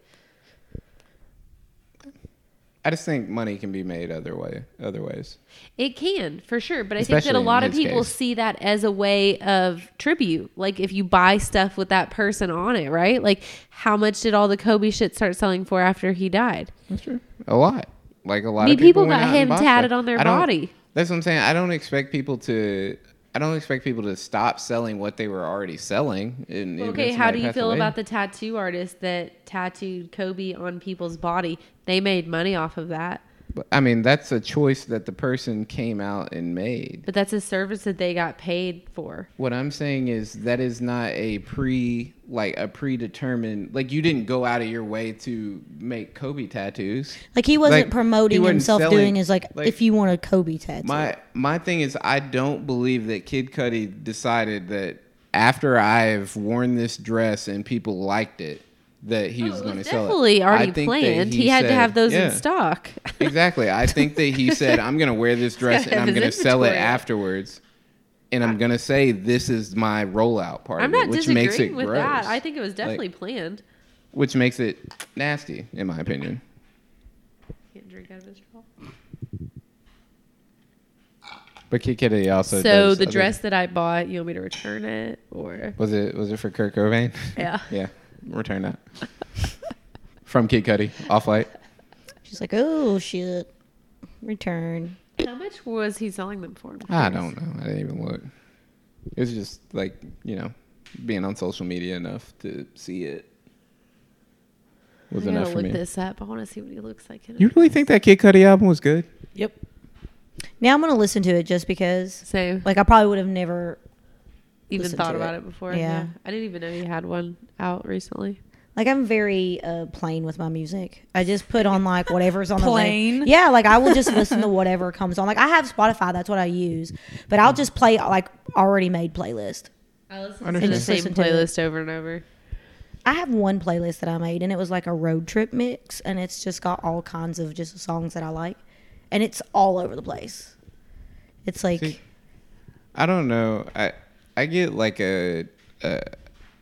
Speaker 3: i just think money can be made other way other ways
Speaker 4: It can, for sure. But I think
Speaker 3: Especially
Speaker 4: that a
Speaker 3: in
Speaker 4: lot of
Speaker 3: his
Speaker 4: people
Speaker 3: case.
Speaker 4: see that as a way of tribute. Like if you buy stuff with that person on it, right? Like how much did all the Kobe shit start selling for after he died?
Speaker 3: That's true. A lot. Like a lot
Speaker 4: I mean,
Speaker 3: of people,
Speaker 4: people
Speaker 3: went
Speaker 4: got
Speaker 3: out and
Speaker 4: him
Speaker 3: bought
Speaker 4: tatted
Speaker 3: stuff.
Speaker 4: on their
Speaker 3: I don't-
Speaker 4: body.
Speaker 3: That's what I'm saying. I don't expect people to. I don't expect people to stop selling what they were already selling. And
Speaker 4: Well, okay, how do you feel about the tattoo artist that tattooed Kobe on people's body? They made money off of that.
Speaker 3: the? I mean, that's a choice that the person came out and made.
Speaker 4: But that's a service that they got paid for.
Speaker 3: What I'm saying is that is not a pre like a predetermined like you didn't go out of your way to make Kobe tattoos.
Speaker 1: Like he wasn't
Speaker 3: Like,
Speaker 1: promoting
Speaker 3: he wasn't
Speaker 1: himself
Speaker 3: selling-
Speaker 1: doing his like,
Speaker 3: like-
Speaker 1: if you want a Kobe tattoo.
Speaker 3: My my thing is I don't believe that Kid Cudi decided that after I've worn this dress and people liked it that he was
Speaker 4: Oh, it
Speaker 3: going to
Speaker 4: was
Speaker 3: sell it.
Speaker 4: definitely
Speaker 3: I
Speaker 4: already
Speaker 3: think that
Speaker 4: planned. He, had to
Speaker 3: said-
Speaker 4: have those
Speaker 3: yeah,
Speaker 4: in
Speaker 3: <laughs>
Speaker 4: stock.
Speaker 3: Exactly. I think that he said I'm going to wear
Speaker 4: <laughs>
Speaker 3: this dress
Speaker 4: gotta
Speaker 3: and
Speaker 4: have
Speaker 3: I'm
Speaker 4: his
Speaker 3: going to sell it
Speaker 4: inventory.
Speaker 3: afterwards. And I'm going to say this is my rollout part
Speaker 4: I'm
Speaker 3: of it,
Speaker 4: not
Speaker 3: which
Speaker 4: disagreeing
Speaker 3: makes it
Speaker 4: with
Speaker 3: gross.
Speaker 4: that. I think it was definitely planned.
Speaker 3: which makes it nasty in my opinion.
Speaker 4: Can't drink out of this straw.
Speaker 3: But Kid Cudi also
Speaker 4: So,
Speaker 3: does
Speaker 4: the
Speaker 3: other-
Speaker 4: dress that I bought, you want me to return it or?
Speaker 3: was it was it for Kurt Cobain?
Speaker 4: Yeah.
Speaker 3: <laughs> Yeah, return that. From Kid Cudi, off light.
Speaker 1: She's like, oh shit, return.
Speaker 4: How much was he selling them for?
Speaker 3: I don't know. I didn't even look. It was just like you know, being on social media enough to see it was
Speaker 4: I
Speaker 3: enough
Speaker 4: gotta
Speaker 3: for
Speaker 4: look
Speaker 3: me.
Speaker 4: this up. I want to see what he looks like. In
Speaker 3: You
Speaker 4: it.
Speaker 3: really think that Kid Cudi album was good?
Speaker 2: yep.
Speaker 1: Now I'm gonna listen to it just because.
Speaker 4: So
Speaker 1: Like I probably would have never.
Speaker 4: even
Speaker 1: listen
Speaker 4: thought
Speaker 1: to
Speaker 4: about
Speaker 1: it.
Speaker 4: it, before.
Speaker 1: Yeah.
Speaker 4: Yeah. I didn't even know he had one out recently.
Speaker 1: Like I'm very uh, plain with my music. I just put on like whatever's on the
Speaker 2: Plain?
Speaker 1: radio. Yeah, like I will just listen to whatever comes on. Like I have Spotify, that's what I use, but I'll just play like already made playlist.
Speaker 4: I listened to
Speaker 3: Understand.
Speaker 4: the
Speaker 3: Just
Speaker 4: same
Speaker 1: listen to it.
Speaker 4: playlist over and over.
Speaker 1: I have one playlist that I made, and it was like a road trip mix, and it's just got all kinds of just songs that I like, and it's all over the place. It's like
Speaker 3: See- I don't know. I I get like a a,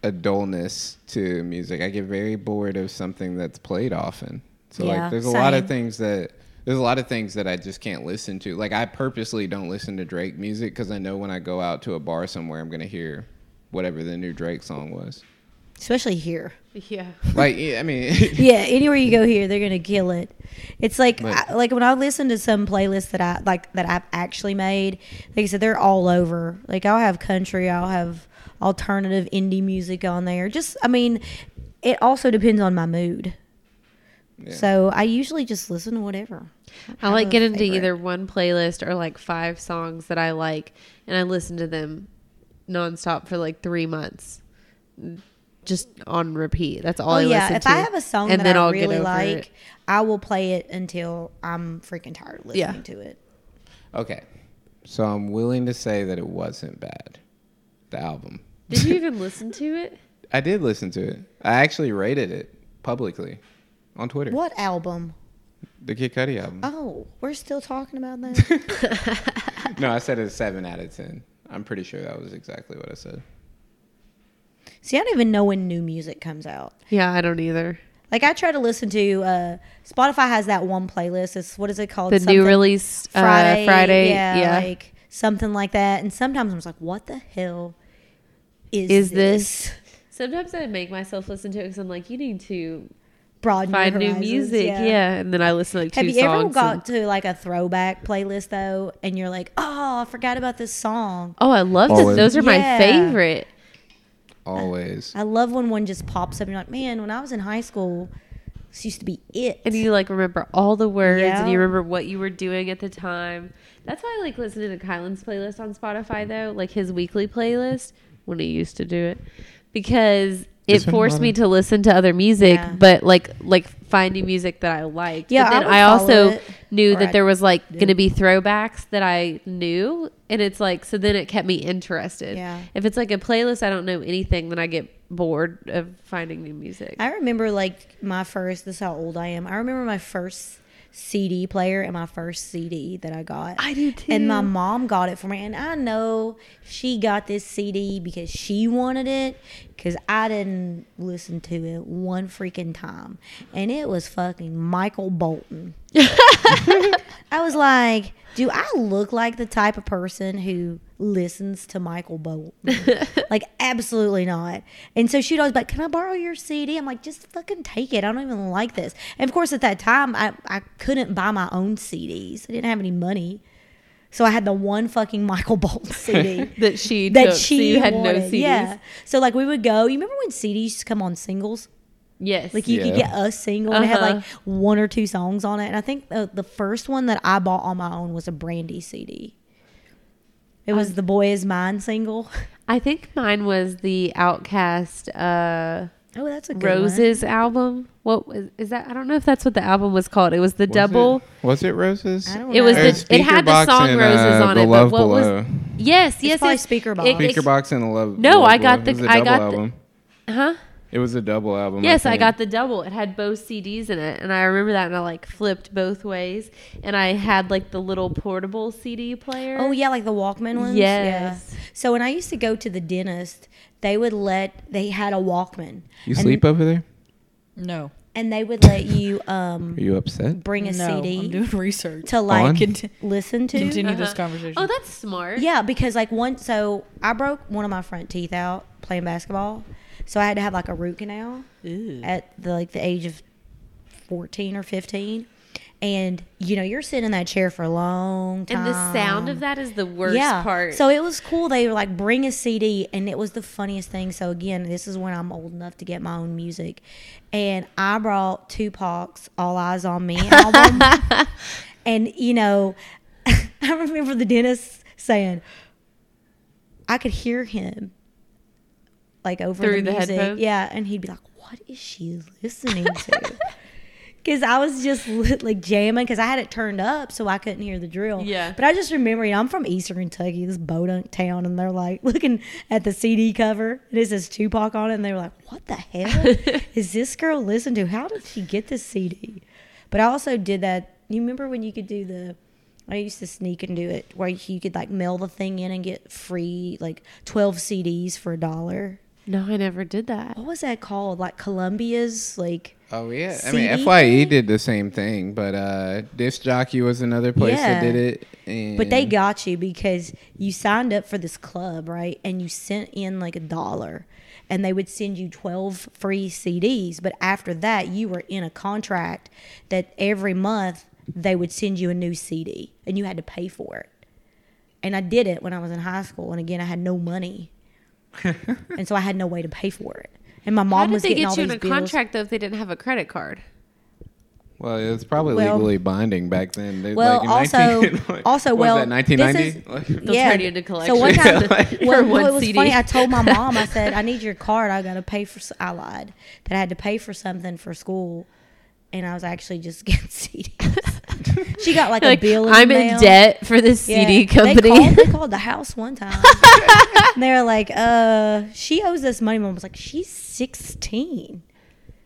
Speaker 3: a dullness to music. I get very bored of something that's played often. So
Speaker 1: Yeah,
Speaker 3: like, there's a lot
Speaker 1: same.
Speaker 3: of things that there's a lot of things that I just can't listen to. Like I purposely don't listen to Drake music because I know when I go out to a bar somewhere, I'm gonna hear whatever the new Drake song was.
Speaker 1: especially here.
Speaker 4: <laughs> Yeah.
Speaker 3: Like yeah, I mean, <laughs>
Speaker 1: yeah, anywhere you go here, they're gonna kill it. It's like
Speaker 3: But-
Speaker 1: I, like when I listen to some playlists that I like that I've actually made. Like I said, they're all over. Like I'll have country, I'll have alternative indie music on there. Just I mean, it also depends on my mood.
Speaker 3: Yeah.
Speaker 1: So I usually just listen to whatever.
Speaker 4: I like
Speaker 1: a
Speaker 4: get into
Speaker 1: favorite.
Speaker 4: either one playlist or like five songs that I like, and I listen to them nonstop for like three months, just on repeat. That's all
Speaker 1: Oh
Speaker 4: I
Speaker 1: yeah,
Speaker 4: listen
Speaker 1: if
Speaker 4: to.
Speaker 1: I have a song
Speaker 4: and
Speaker 1: that
Speaker 4: then
Speaker 1: I
Speaker 4: I'll get
Speaker 1: really
Speaker 4: over
Speaker 1: like,
Speaker 4: it.
Speaker 1: I will play it until I'm freaking tired of
Speaker 4: Yeah.
Speaker 1: listening to it.
Speaker 3: okay. So I'm willing to say that it wasn't bad. The album.
Speaker 4: Did you even listen to it?
Speaker 3: I did listen to it. I actually rated it publicly on Twitter.
Speaker 1: What album?
Speaker 3: The Kid Cudi album.
Speaker 1: Oh, we're still talking about
Speaker 4: <laughs>
Speaker 1: that.
Speaker 3: No, I said a seven out of ten. I'm pretty sure that was exactly what I said.
Speaker 1: See, I don't even know when new music comes out.
Speaker 4: <laughs> Yeah, I don't either.
Speaker 1: Like I try to listen to uh Spotify has that one playlist. It's what is it called?
Speaker 4: The new
Speaker 1: Something-
Speaker 4: release uh,
Speaker 1: Friday.
Speaker 4: Friday,
Speaker 1: yeah,
Speaker 4: yeah.
Speaker 1: like something like that. And sometimes I'm just like, what the hell is,
Speaker 4: Is
Speaker 1: this?
Speaker 4: Sometimes I make myself listen to it because I'm like, you need to
Speaker 1: broaden your
Speaker 4: find new
Speaker 1: horizons,
Speaker 4: music. Yeah. and then I listen to like
Speaker 1: Have
Speaker 4: two
Speaker 1: you ever
Speaker 4: songs.
Speaker 1: got
Speaker 4: and-
Speaker 1: to like a throwback playlist though, and you're like, oh, I forgot about this song.
Speaker 4: oh, I love
Speaker 3: Always.
Speaker 4: those. Those are my
Speaker 1: Yeah.
Speaker 4: favorite.
Speaker 3: Always.
Speaker 1: I love when one just pops up. and You're like, man, when I was in high school, this used to be it.
Speaker 4: And you like remember all the words,
Speaker 1: Yeah.
Speaker 4: and you remember what you were doing at the time. That's why I like listening to Kylan's playlist on Spotify though, like his weekly playlist when he used to do it, because it
Speaker 3: Listen to
Speaker 4: forced
Speaker 3: mine.
Speaker 4: me to listen to other music,
Speaker 1: Yeah.
Speaker 4: but like like finding music that I liked.
Speaker 1: Yeah,
Speaker 4: but then
Speaker 1: I would
Speaker 4: I, also
Speaker 1: follow it.
Speaker 4: knew
Speaker 1: Or
Speaker 4: that
Speaker 1: I
Speaker 4: there was like going to be throwbacks that I knew, and it's like so then it kept me interested.
Speaker 1: Yeah.
Speaker 4: If it's like a playlist I don't know anything, then I get bored of finding new music.
Speaker 1: I remember like my first. This is how old I am. I remember my first CD player and my first CD that I got.
Speaker 4: I do too.
Speaker 1: And my mom got it for me, and I know she got this CD because she wanted it, because I didn't listen to it one freaking time, and it was fucking Michael
Speaker 4: <laughs>
Speaker 1: Bolton. I was like, do I look like the type of person who listens to Michael Bolton? like, absolutely not. And so she'd always be like, can I borrow your CD? I'm like, just fucking take it. I don't even like this. And of course, at that time, I, I couldn't buy my own CDs. I didn't have any money. So I had the one fucking <laughs> Michael Bolton CD.
Speaker 4: <laughs> that she
Speaker 1: That
Speaker 4: took,
Speaker 1: she
Speaker 4: so you had no
Speaker 1: wanted.
Speaker 4: CDs.
Speaker 1: Yeah. So like we would go. You remember when CDs used to come on singles?
Speaker 4: Yes.
Speaker 1: Like you could
Speaker 3: Yeah.
Speaker 1: get a single and it had
Speaker 4: Uh-huh.
Speaker 1: like one or two songs on it. And I think the, the first one that I bought on my own was a Brandy CD. It
Speaker 4: Um,
Speaker 1: was the "Boy Is Mine" single. <laughs>
Speaker 4: I think mine was the Outcast uh,
Speaker 1: Oh, that's a good one.
Speaker 4: Roses album. What was is that? I don't know if that's what the album was called. It was the double.
Speaker 3: Was it Roses?
Speaker 1: I don't
Speaker 4: It was
Speaker 1: know.
Speaker 3: Or
Speaker 4: the, it
Speaker 3: Speaker
Speaker 4: had the
Speaker 3: Box
Speaker 4: song
Speaker 3: and,
Speaker 4: Roses
Speaker 3: uh,
Speaker 4: on
Speaker 3: The
Speaker 4: it.
Speaker 3: Love
Speaker 4: but what
Speaker 3: Below.
Speaker 4: was yes, yes,
Speaker 1: probably
Speaker 4: yes.
Speaker 1: Speaker
Speaker 4: It-
Speaker 1: Box.
Speaker 4: it-
Speaker 3: Speaker Box and the Love.
Speaker 4: No,
Speaker 3: Love
Speaker 4: I
Speaker 3: Below.
Speaker 4: got the-
Speaker 3: It was a
Speaker 4: I
Speaker 3: double
Speaker 4: got the-
Speaker 3: album.
Speaker 4: Huh?
Speaker 3: It was a double album.
Speaker 4: Yes, I
Speaker 3: think.
Speaker 4: got the double. It had both CDs in it, and I remember that. And I like flipped both ways, and I had like the little portable CD player.
Speaker 1: Oh yeah, like the Walkman ones.
Speaker 4: Yes.
Speaker 1: Yeah. So when I used to go to the dentist, they would let they had a Walkman.
Speaker 3: You
Speaker 1: and,
Speaker 3: sleep over there?
Speaker 2: No.
Speaker 1: And they would let you um
Speaker 3: Are you upset?
Speaker 1: bring a
Speaker 2: no.
Speaker 1: CD
Speaker 2: I'm doing <laughs> research.
Speaker 1: to like
Speaker 3: On?
Speaker 2: Conti-
Speaker 1: listen to.
Speaker 2: continue this conversation.
Speaker 4: <laughs> Oh, that's smart.
Speaker 1: Yeah, because like one, so I broke one of my front teeth out playing basketball, so I had to have like a root canal
Speaker 2: Ew.
Speaker 1: at the like the age of fourteen or fifteen, and you know you're sitting in that chair for a long time.
Speaker 4: And the sound of that is the worst part.
Speaker 1: So it was cool. They were like, bring a CD, and it was the funniest thing. So again, this is when I'm old enough to get my own music, and I brought Tupac's "All Eyes on Me" album,
Speaker 4: <laughs>
Speaker 1: and you know, <laughs> I remember the dentist saying, I could hear him, like over
Speaker 4: Through
Speaker 1: the
Speaker 4: the
Speaker 1: music,
Speaker 4: headphones?
Speaker 1: yeah, and he'd be like, "What is she listening to?" Because I was just <laughs> li- like jamming because I had it turned up so I couldn't hear the drill.
Speaker 4: Yeah.
Speaker 1: But I just remember, you know, I'm from Eastern Kentucky, this Bodunk town, and they're like <laughs> looking at the CD cover and it says Tupac on it, and they were like, what the hell is this girl listening to? How did she get this CD? But I also did that. You remember when you could do the. I used to sneak and do it where you could like mail the thing in and get free like 12 CDs for a dollar.
Speaker 4: no, I never did that.
Speaker 1: What was that called? Like Columbia's, like.
Speaker 3: Oh yeah, I mean
Speaker 1: CD
Speaker 4: E
Speaker 3: Fye did the same thing, but uh, Disc Jockey was another place that
Speaker 1: Yeah.
Speaker 3: did it. And
Speaker 1: But they got you because you signed up for this club, right? And you sent in like a dollar and they would send you 12 free CDs. But after that, you were in a contract that every month they would send you a new CD and you had to pay for it. And I did it when I was in high school. And again, I had no
Speaker 4: <laughs>
Speaker 1: money. and so I had no way to pay for it. And my
Speaker 4: How
Speaker 1: mom
Speaker 4: did
Speaker 1: was
Speaker 4: they
Speaker 1: getting
Speaker 4: get
Speaker 1: all
Speaker 4: you
Speaker 1: these
Speaker 4: in a
Speaker 1: bills.
Speaker 4: contract though if they didn't have a credit card?
Speaker 3: well, it was probably
Speaker 1: Well-
Speaker 3: legally binding back then. Dude.
Speaker 1: Well,
Speaker 3: like in
Speaker 1: also-
Speaker 3: 19 like,
Speaker 1: also,
Speaker 3: <laughs> what
Speaker 1: well,
Speaker 3: was that
Speaker 1: this is-
Speaker 3: 1990? Like-
Speaker 4: They'll turn you into
Speaker 1: So
Speaker 4: <laughs>
Speaker 1: one
Speaker 4: collection.
Speaker 1: time,
Speaker 4: Yeah, like,
Speaker 1: well,
Speaker 4: for one
Speaker 1: well, it was
Speaker 4: CD.
Speaker 1: funny. I told my mom,
Speaker 4: <laughs>
Speaker 1: I said, "I need your card. I gotta pay for." s- I lied that I had to pay for something for school, and I was actually just <laughs> getting CDs. she got like,
Speaker 4: Like,
Speaker 1: a bill. In
Speaker 4: I'm
Speaker 1: the
Speaker 4: in
Speaker 1: mail.
Speaker 4: debt for this
Speaker 1: Yeah. They
Speaker 4: CD company.
Speaker 1: called,
Speaker 4: <laughs>
Speaker 1: they called the house one time. and they were like, "Uh, she owes us money." Mom was like, "She's 16.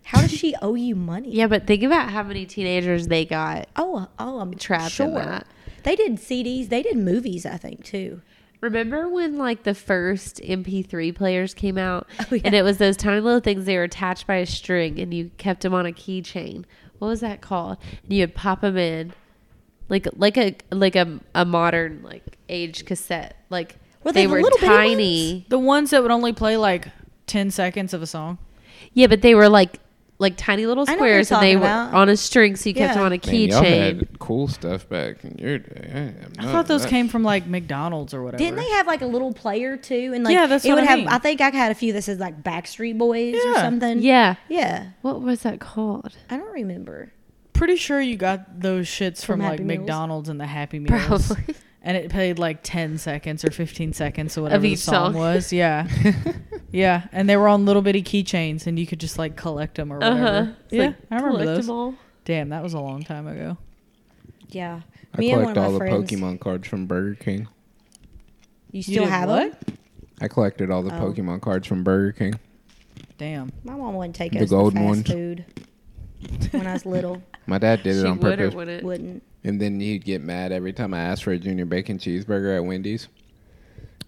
Speaker 1: How does she owe you money?"
Speaker 4: yeah, but think about how many teenagers they got.
Speaker 1: Oh, oh, I'm
Speaker 4: Trapped in
Speaker 1: sure.
Speaker 4: that.
Speaker 1: They did CDs. They did movies, I think, too.
Speaker 4: Remember when like the first MP3 players
Speaker 1: <laughs>
Speaker 4: came out,
Speaker 1: Oh, yeah.
Speaker 4: and it was those tiny little things they were attached by a string, and you kept them on a keychain. What was that called? And you would pop them in, like like a like a, a modern like age cassette. Like
Speaker 1: Were they
Speaker 4: they,
Speaker 1: the
Speaker 4: were
Speaker 1: little bitty
Speaker 4: tiny.
Speaker 2: the ones that would only play like 10 seconds of a song.
Speaker 4: Yeah, but they were like like tiny little
Speaker 1: I know what you're
Speaker 4: squares, and they
Speaker 1: talking
Speaker 4: were
Speaker 1: about.
Speaker 4: on a string, so you kept
Speaker 1: Yeah.
Speaker 4: them on a
Speaker 3: Man, y'all
Speaker 4: keychain.
Speaker 3: had cool stuff back in your day. I, am
Speaker 2: I
Speaker 3: not-
Speaker 2: thought those
Speaker 3: that- <laughs>
Speaker 2: came from like McDonald's or whatever.
Speaker 1: Didn't they have like a little player too? And like
Speaker 2: Yeah, that's
Speaker 1: it
Speaker 2: what
Speaker 1: would
Speaker 2: I
Speaker 1: have
Speaker 2: mean.
Speaker 1: I think I had a few that says like Backstreet Boys or
Speaker 2: Yeah.
Speaker 1: something.
Speaker 4: Yeah,
Speaker 1: Yeah.
Speaker 4: what was that called?
Speaker 1: I don't remember.
Speaker 2: Pretty sure you got those shits from,
Speaker 1: From
Speaker 2: like
Speaker 1: Happy Meals?
Speaker 2: McDonald's and the Happy Meals.
Speaker 4: Probably.
Speaker 2: And it played like ten seconds or fifteen seconds or whatever the
Speaker 4: each
Speaker 2: song,
Speaker 1: <laughs>
Speaker 4: song.
Speaker 2: was. Yeah, yeah. And they were on little bitty keychains, and you could just like collect
Speaker 4: <laughs>
Speaker 2: them or
Speaker 1: Uh-huh.
Speaker 2: whatever.
Speaker 4: Uh-huh. It's
Speaker 2: Yeah,
Speaker 4: like,
Speaker 2: I remember
Speaker 4: collect
Speaker 2: those.
Speaker 4: them all.
Speaker 2: Damn, that was a long time ago.
Speaker 1: Yeah.
Speaker 3: I collect all the Pokemon cards from Burger King.
Speaker 1: You
Speaker 2: You
Speaker 1: still
Speaker 2: did
Speaker 1: have
Speaker 2: what?
Speaker 1: them?
Speaker 3: I collected all the
Speaker 1: Oh.
Speaker 3: Pokemon cards from Burger King.
Speaker 2: Damn.
Speaker 1: My mom wouldn't take
Speaker 3: The
Speaker 1: us to
Speaker 3: golden
Speaker 1: fast
Speaker 3: ones?
Speaker 1: food when I was
Speaker 2: <laughs>
Speaker 1: little.
Speaker 3: My dad did it
Speaker 4: She
Speaker 3: on
Speaker 4: would or
Speaker 3: purpose.
Speaker 4: wouldn't.
Speaker 1: Wouldn't.
Speaker 3: And then he'd get mad every time I asked for a junior bacon cheeseburger at Wendy's.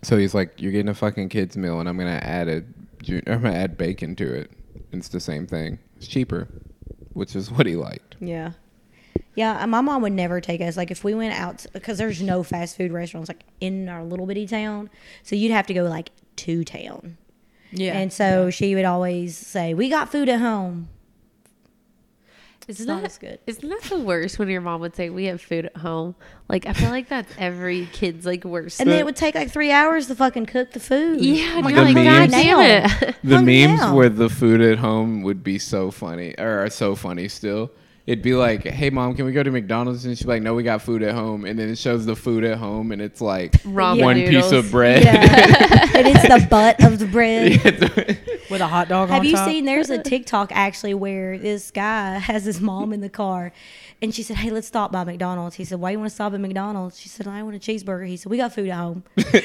Speaker 3: So he's like, "You're getting a fucking kids meal, and I'm gonna add a, ju- I'm gonna add bacon to it. It's the same thing. It's cheaper, which is what he liked.
Speaker 1: Yeah. Yeah, and my mom would never take us. Like, if we went out, because there's no fast food restaurants like in our little bitty town, so you'd have to go like to town.
Speaker 2: Yeah.
Speaker 1: And so she would always say, "We got food at home."
Speaker 4: Isn't
Speaker 1: not
Speaker 4: that
Speaker 1: as good.
Speaker 4: Isn't that the worst when your mom would say we have food at home? Like I feel like that's every kid's like worst.
Speaker 1: And then it would take like three hours to fucking cook the food.
Speaker 4: <laughs> yeah, and
Speaker 3: Like
Speaker 4: you're
Speaker 3: the
Speaker 4: like,
Speaker 3: memes.
Speaker 4: God damn it.
Speaker 3: The
Speaker 1: Hungry
Speaker 3: memes
Speaker 1: now.
Speaker 3: where the food at home would be so funny, or are so funny still. It'd be like, "Hey mom, can we go to McDonald's?" And she'd be like, "No, we got food at home." And then it shows the food at home, and it's like
Speaker 4: <laughs> Ramen
Speaker 3: one piece
Speaker 4: noodles.
Speaker 3: of bread.
Speaker 1: Yeah. and it's <laughs> the butt of the bread.
Speaker 2: with a hot dog.
Speaker 1: Have
Speaker 2: on
Speaker 1: you
Speaker 2: top?
Speaker 1: seen there's a TikTok actually where this guy has his mom in the car and she said, Hey, let's stop by McDonald's. He said, Why you want to stop at McDonald's? She said, I want a cheeseburger. He said, We got food at
Speaker 2: <laughs>
Speaker 1: home. She's like,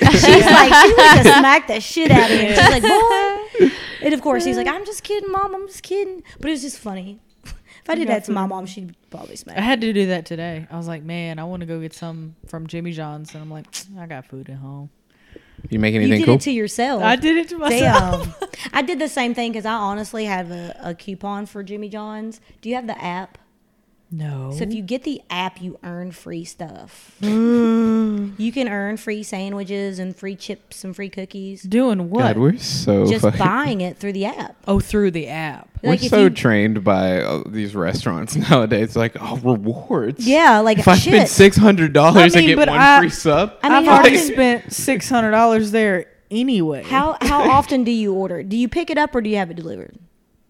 Speaker 1: She wants to smack the shit out of him. She's like, Boy. And of course, he's like, I'm just kidding, mom. I'm just kidding. But it was just funny. If I did that to my mom, she'd probably smack
Speaker 2: I
Speaker 1: me.
Speaker 2: had to do that today. I was like, man, I want to go get some from Jimmy John's, and I'm like, I got food at home.
Speaker 3: <laughs> You make
Speaker 1: You
Speaker 3: anything
Speaker 1: did
Speaker 3: cool?
Speaker 1: it to yourself.
Speaker 2: I did it
Speaker 3: <laughs>
Speaker 2: to myself.
Speaker 1: Damn. I did the same thing because I honestly have a, a coupon for Jimmy John's. Do you have the app?
Speaker 2: <laughs> No.
Speaker 1: So if you get the app, you earn free stuff.
Speaker 3: Mm.
Speaker 1: you can earn free sandwiches and free chips and free cookies
Speaker 2: doing what?
Speaker 3: God, we're so
Speaker 1: just
Speaker 3: fucking.
Speaker 1: buying it through the app.
Speaker 2: oh, through the app.
Speaker 3: <laughs> We're
Speaker 1: Like if
Speaker 3: so
Speaker 1: you-
Speaker 3: trained by uh, these restaurants <laughs> nowadays. Like, oh, rewards.
Speaker 1: Yeah, like
Speaker 3: If I spend
Speaker 1: shit.
Speaker 3: six hundred dollars
Speaker 2: I
Speaker 3: and
Speaker 2: mean,
Speaker 3: get
Speaker 2: but
Speaker 3: one
Speaker 2: I-
Speaker 3: free sub,
Speaker 1: I
Speaker 2: I
Speaker 1: mean,
Speaker 2: have
Speaker 1: how
Speaker 2: already
Speaker 1: often-
Speaker 2: spent six hundred dollars there anyway.
Speaker 1: how how often do you order? Do you pick it up or do you have it delivered?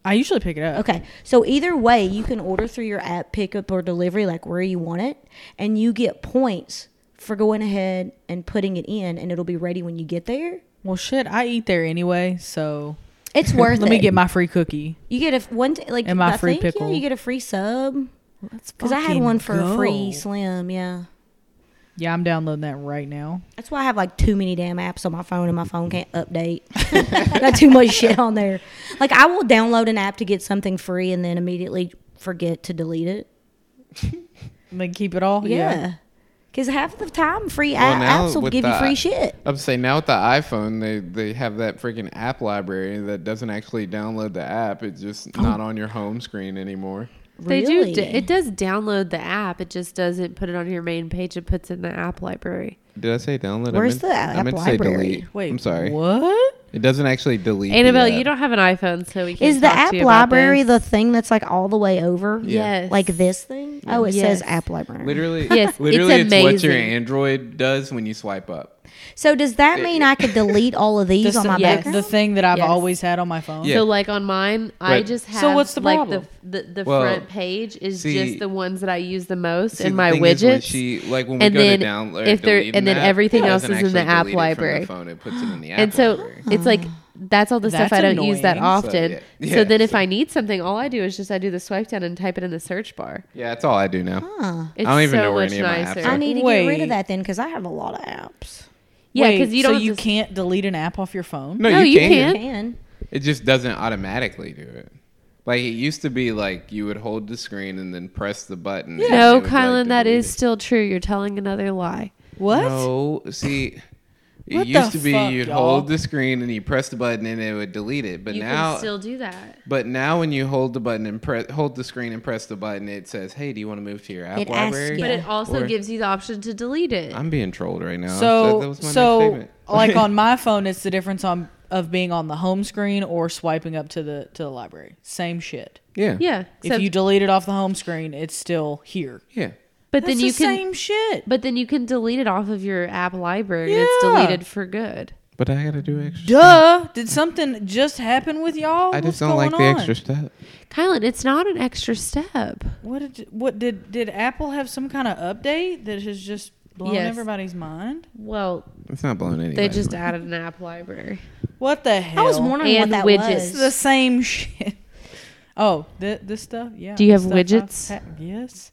Speaker 2: I usually pick it up.
Speaker 1: Okay, so either way, you can order through your app, pickup or delivery, like where you want it, and you get points for going ahead and putting it in, and it'll be ready when you get there.
Speaker 2: Well, shit, I eat there anyway, so
Speaker 1: It's worth
Speaker 2: <laughs> let
Speaker 1: it.
Speaker 2: me get my free cookie.
Speaker 1: you get a f- one t- like
Speaker 2: And my
Speaker 1: I
Speaker 2: free
Speaker 1: think, yeah,
Speaker 2: pickle.
Speaker 1: you get a free sub because
Speaker 2: Because
Speaker 1: I had one for a free slim. Yeah.
Speaker 2: Yeah, I'm downloading that right now.
Speaker 1: That's why I have like too many damn apps on my phone and my phone can't update. <laughs> Got too much shit on there. Like I will download an app to get something free and then immediately forget to delete it.
Speaker 2: Like keep it all.
Speaker 1: Yeah. Because half the time, free
Speaker 3: Well,
Speaker 1: app
Speaker 3: now
Speaker 1: apps will
Speaker 3: with
Speaker 1: give you
Speaker 3: the-
Speaker 1: free shit.
Speaker 3: I'm saying now with the iPhone, they they have that freaking app library that doesn't actually download the app. It's just
Speaker 4: Oh.
Speaker 3: not on your home screen anymore.
Speaker 4: They
Speaker 1: Really?
Speaker 4: do. d- It does download the app. It just doesn't put it on your main page. It puts it in the app library.
Speaker 3: Did I say download?
Speaker 1: Where's
Speaker 3: I
Speaker 1: the
Speaker 3: meant,
Speaker 1: app
Speaker 3: I meant to say
Speaker 1: library?
Speaker 3: delete.
Speaker 2: Wait.
Speaker 3: I'm sorry.
Speaker 2: What?
Speaker 3: It doesn't actually delete. the
Speaker 4: Annabelle, you
Speaker 3: app.
Speaker 4: don't have an iPhone, so we can
Speaker 1: Is the app library the thing that's like all the way over?
Speaker 4: Yes.
Speaker 1: Like this thing? Oh, it
Speaker 4: Yes.
Speaker 1: says app library.
Speaker 3: Literally,
Speaker 4: <laughs> Yes, it's
Speaker 3: literally, it's, what your
Speaker 4: amazing.
Speaker 3: Android does when you swipe up.
Speaker 1: So does that mean I could delete all of these
Speaker 2: Just
Speaker 1: on my
Speaker 2: the,
Speaker 4: yes.
Speaker 1: background?
Speaker 2: the thing that I've
Speaker 4: Yes.
Speaker 2: always had on my phone.
Speaker 3: Yeah.
Speaker 4: So like on mine, I
Speaker 3: But-
Speaker 4: just have
Speaker 2: So what's the
Speaker 4: like
Speaker 2: problem?
Speaker 4: the the, the
Speaker 3: Well,
Speaker 4: front page is
Speaker 3: see-
Speaker 4: just the ones that I use the most
Speaker 3: See,
Speaker 4: in
Speaker 3: the
Speaker 4: my
Speaker 3: thing is when
Speaker 4: widgets.
Speaker 3: she- like when we
Speaker 4: and
Speaker 3: go
Speaker 4: then
Speaker 3: to download,
Speaker 4: if there- and then everything else is in the app library.
Speaker 3: The phone, it puts it in the app <gasps>
Speaker 4: and so
Speaker 3: library.
Speaker 4: it's like that's all the stuff
Speaker 2: That's
Speaker 4: I don't use that
Speaker 2: annoying.
Speaker 3: So,
Speaker 4: often. So,
Speaker 3: yeah. Yeah,
Speaker 4: then if
Speaker 3: so-
Speaker 4: I need something, all I do is just I do the swipe down and type it in the search bar.
Speaker 3: yeah, that's all I do now.
Speaker 1: Huh.
Speaker 4: It's
Speaker 3: don't even
Speaker 4: so
Speaker 3: know where
Speaker 4: much
Speaker 3: any of my apps
Speaker 4: nicer.
Speaker 3: are.
Speaker 1: I need to get rid
Speaker 2: Wait.
Speaker 1: of that then because I have a lot of apps.
Speaker 4: Yeah,
Speaker 2: Wait,
Speaker 4: because you don't.
Speaker 2: So you
Speaker 4: just-
Speaker 2: can't delete an app off your phone.
Speaker 4: No, you
Speaker 1: I
Speaker 4: can.
Speaker 1: can.
Speaker 3: It just doesn't automatically do it. Like it used to be, like you would hold the screen and then press the button. and it
Speaker 4: No,
Speaker 3: would, like,
Speaker 4: Kylan, that
Speaker 3: delete
Speaker 4: is
Speaker 3: it.
Speaker 4: still true. You're telling another lie.
Speaker 2: What?
Speaker 3: No, see, it
Speaker 2: What the
Speaker 3: used to be
Speaker 2: fuck,
Speaker 3: you'd
Speaker 2: y'all?
Speaker 3: hold the screen and you press the button and it would delete it. But now,
Speaker 4: do that.
Speaker 3: but now when you hold the button and press, hold the screen and press the button, it says, "Hey, do you want to move to your app
Speaker 1: It asks
Speaker 3: library?"
Speaker 1: you.
Speaker 4: But it also
Speaker 3: Or-
Speaker 4: gives you the option to delete it.
Speaker 3: I'm being trolled right now.
Speaker 2: So,
Speaker 3: Oh, That- that was my next
Speaker 2: so <laughs>
Speaker 3: statement. <laughs>
Speaker 2: like on my phone, it's the difference on of being on the home screen or swiping up to the to the library. Same shit.
Speaker 3: Yeah.
Speaker 4: Yeah. So,
Speaker 2: if you delete it off the home screen, it's still here.
Speaker 3: Yeah.
Speaker 4: but then
Speaker 2: That's
Speaker 4: you
Speaker 2: the
Speaker 4: can
Speaker 2: same shit.
Speaker 4: but then you can delete it off of your app library and it's
Speaker 2: Yeah.
Speaker 4: deleted for good.
Speaker 3: But I gotta do extra.
Speaker 2: Duh! Did something just happen with y'all?
Speaker 3: I just
Speaker 2: What's
Speaker 3: don't like
Speaker 2: going
Speaker 3: the
Speaker 2: on?
Speaker 3: extra step.
Speaker 4: Kylan, it's not an extra step.
Speaker 2: What did what did did Apple have some kind of update that has just blown
Speaker 4: Yes.
Speaker 2: everybody's mind?
Speaker 4: Well,
Speaker 3: It's not blowing anything.
Speaker 4: they just added an app library.
Speaker 2: What the hell?
Speaker 1: I was wondering
Speaker 4: And
Speaker 1: what that
Speaker 4: widgets.
Speaker 2: It's
Speaker 1: was.
Speaker 2: the same <laughs> shit. Oh, th- this stuff. Yeah.
Speaker 4: Do you have
Speaker 2: Stuff I've
Speaker 4: widgets?
Speaker 2: ha- yes.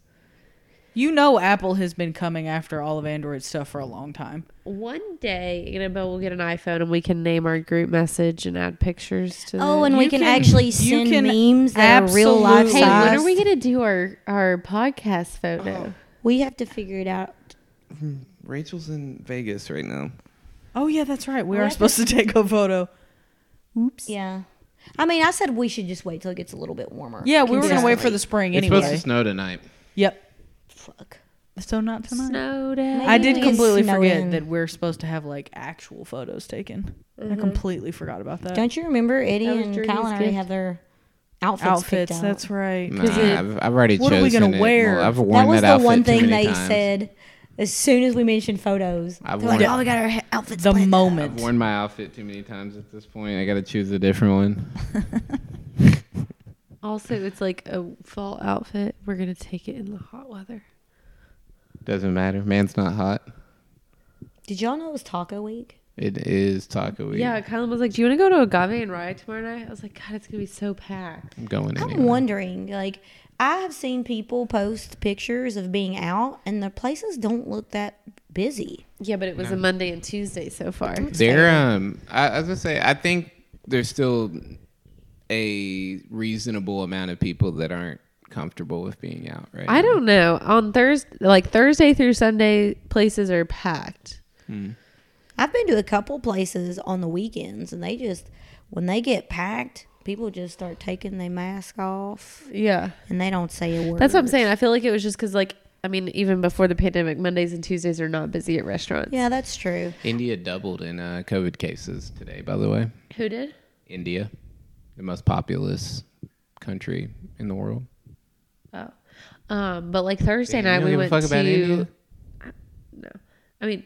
Speaker 2: You know, Apple has been coming after all of Android stuff for a long time.
Speaker 4: One day, Annabelle will get an iPhone and we can name our group message and add pictures to
Speaker 1: oh,
Speaker 4: it.
Speaker 1: and we
Speaker 2: You
Speaker 1: can,
Speaker 2: can- you
Speaker 1: actually send
Speaker 2: can
Speaker 1: memes that are real life
Speaker 2: absolutely-
Speaker 4: Hey, when are
Speaker 1: size.
Speaker 4: we gonna do our our podcast photo?
Speaker 1: we have to figure it out.
Speaker 3: Rachel's in Vegas right now.
Speaker 2: Oh yeah, that's right. We
Speaker 1: Well,
Speaker 2: are
Speaker 1: that's-
Speaker 2: supposed to take a photo. Oops.
Speaker 1: Yeah. I mean, I said we should just wait till it gets a little bit warmer.
Speaker 2: Yeah, we were gonna wait for
Speaker 1: Consistently.
Speaker 2: the spring
Speaker 3: It's
Speaker 2: anyway.
Speaker 3: supposed to snow tonight.
Speaker 2: Yep.
Speaker 1: Fuck.
Speaker 2: So not tonight.
Speaker 4: Snow
Speaker 1: Maybe
Speaker 4: day.
Speaker 2: I
Speaker 1: Maybe
Speaker 2: did
Speaker 1: we can
Speaker 2: completely
Speaker 1: snow
Speaker 2: forget
Speaker 1: in.
Speaker 2: that we're supposed to have like actual photos taken. I completely forgot about that.
Speaker 1: Don't you remember Eddie
Speaker 4: That was
Speaker 1: and
Speaker 4: Jordan's
Speaker 1: Colin already
Speaker 4: gift.
Speaker 1: have their outfits? picked
Speaker 2: Outfits.
Speaker 1: out.
Speaker 2: That's right.
Speaker 3: Nah,
Speaker 4: 'Cause it-
Speaker 3: I've, I've already
Speaker 2: what
Speaker 3: chosen
Speaker 2: are we gonna
Speaker 3: it.
Speaker 2: wear?
Speaker 3: Well, I've worn
Speaker 1: that was the
Speaker 3: outfit
Speaker 1: one
Speaker 3: too
Speaker 1: thing
Speaker 3: many
Speaker 1: they
Speaker 3: times.
Speaker 1: said as soon as we mentioned photos.
Speaker 3: I've
Speaker 1: they're like,
Speaker 3: worn-
Speaker 1: oh, we got our ha- outfits.
Speaker 2: The
Speaker 1: planned out."
Speaker 3: I've
Speaker 2: moment.
Speaker 3: worn my outfit too many times at this point. I gotta choose a different one.
Speaker 4: Also, it's like a fall outfit. We're gonna take it in the hot weather.
Speaker 3: Doesn't matter. Man's not hot.
Speaker 1: Did y'all know it was Taco Week?
Speaker 3: It is taco week.
Speaker 4: Yeah, Kylan was like, "Do you want to go to Agave and Rye tomorrow night?" I was like, "God, it's gonna be so packed."
Speaker 3: I'm going anyway.
Speaker 1: I'm wondering, like, I have seen people post pictures of being out, and the places don't look that busy.
Speaker 4: Yeah, but it was a Monday and Tuesday so far.
Speaker 3: They're um. I, I was gonna say. I think there's still a reasonable amount of people that aren't comfortable with being out. Right.
Speaker 4: I don't know. On Thursday, like Thursday through Sunday, places are packed.
Speaker 1: I've been to a couple places on the weekends, and they just, when they get packed, people just start taking their mask off,
Speaker 4: Yeah,
Speaker 1: and they don't say a word.
Speaker 4: that's what I'm saying. I feel like it was just because, like, I mean, even before the pandemic, Mondays and Tuesdays are not busy at restaurants.
Speaker 1: Yeah, that's true.
Speaker 3: India doubled in uh, COVID cases today. By the way,
Speaker 4: Who did?
Speaker 3: India, the most populous country in the world.
Speaker 4: Oh, um, but like Thursday
Speaker 3: Damn, you
Speaker 4: night,
Speaker 3: don't
Speaker 4: we
Speaker 3: give a
Speaker 4: went
Speaker 3: fuck
Speaker 4: to.
Speaker 3: about India?
Speaker 4: I- no, I mean,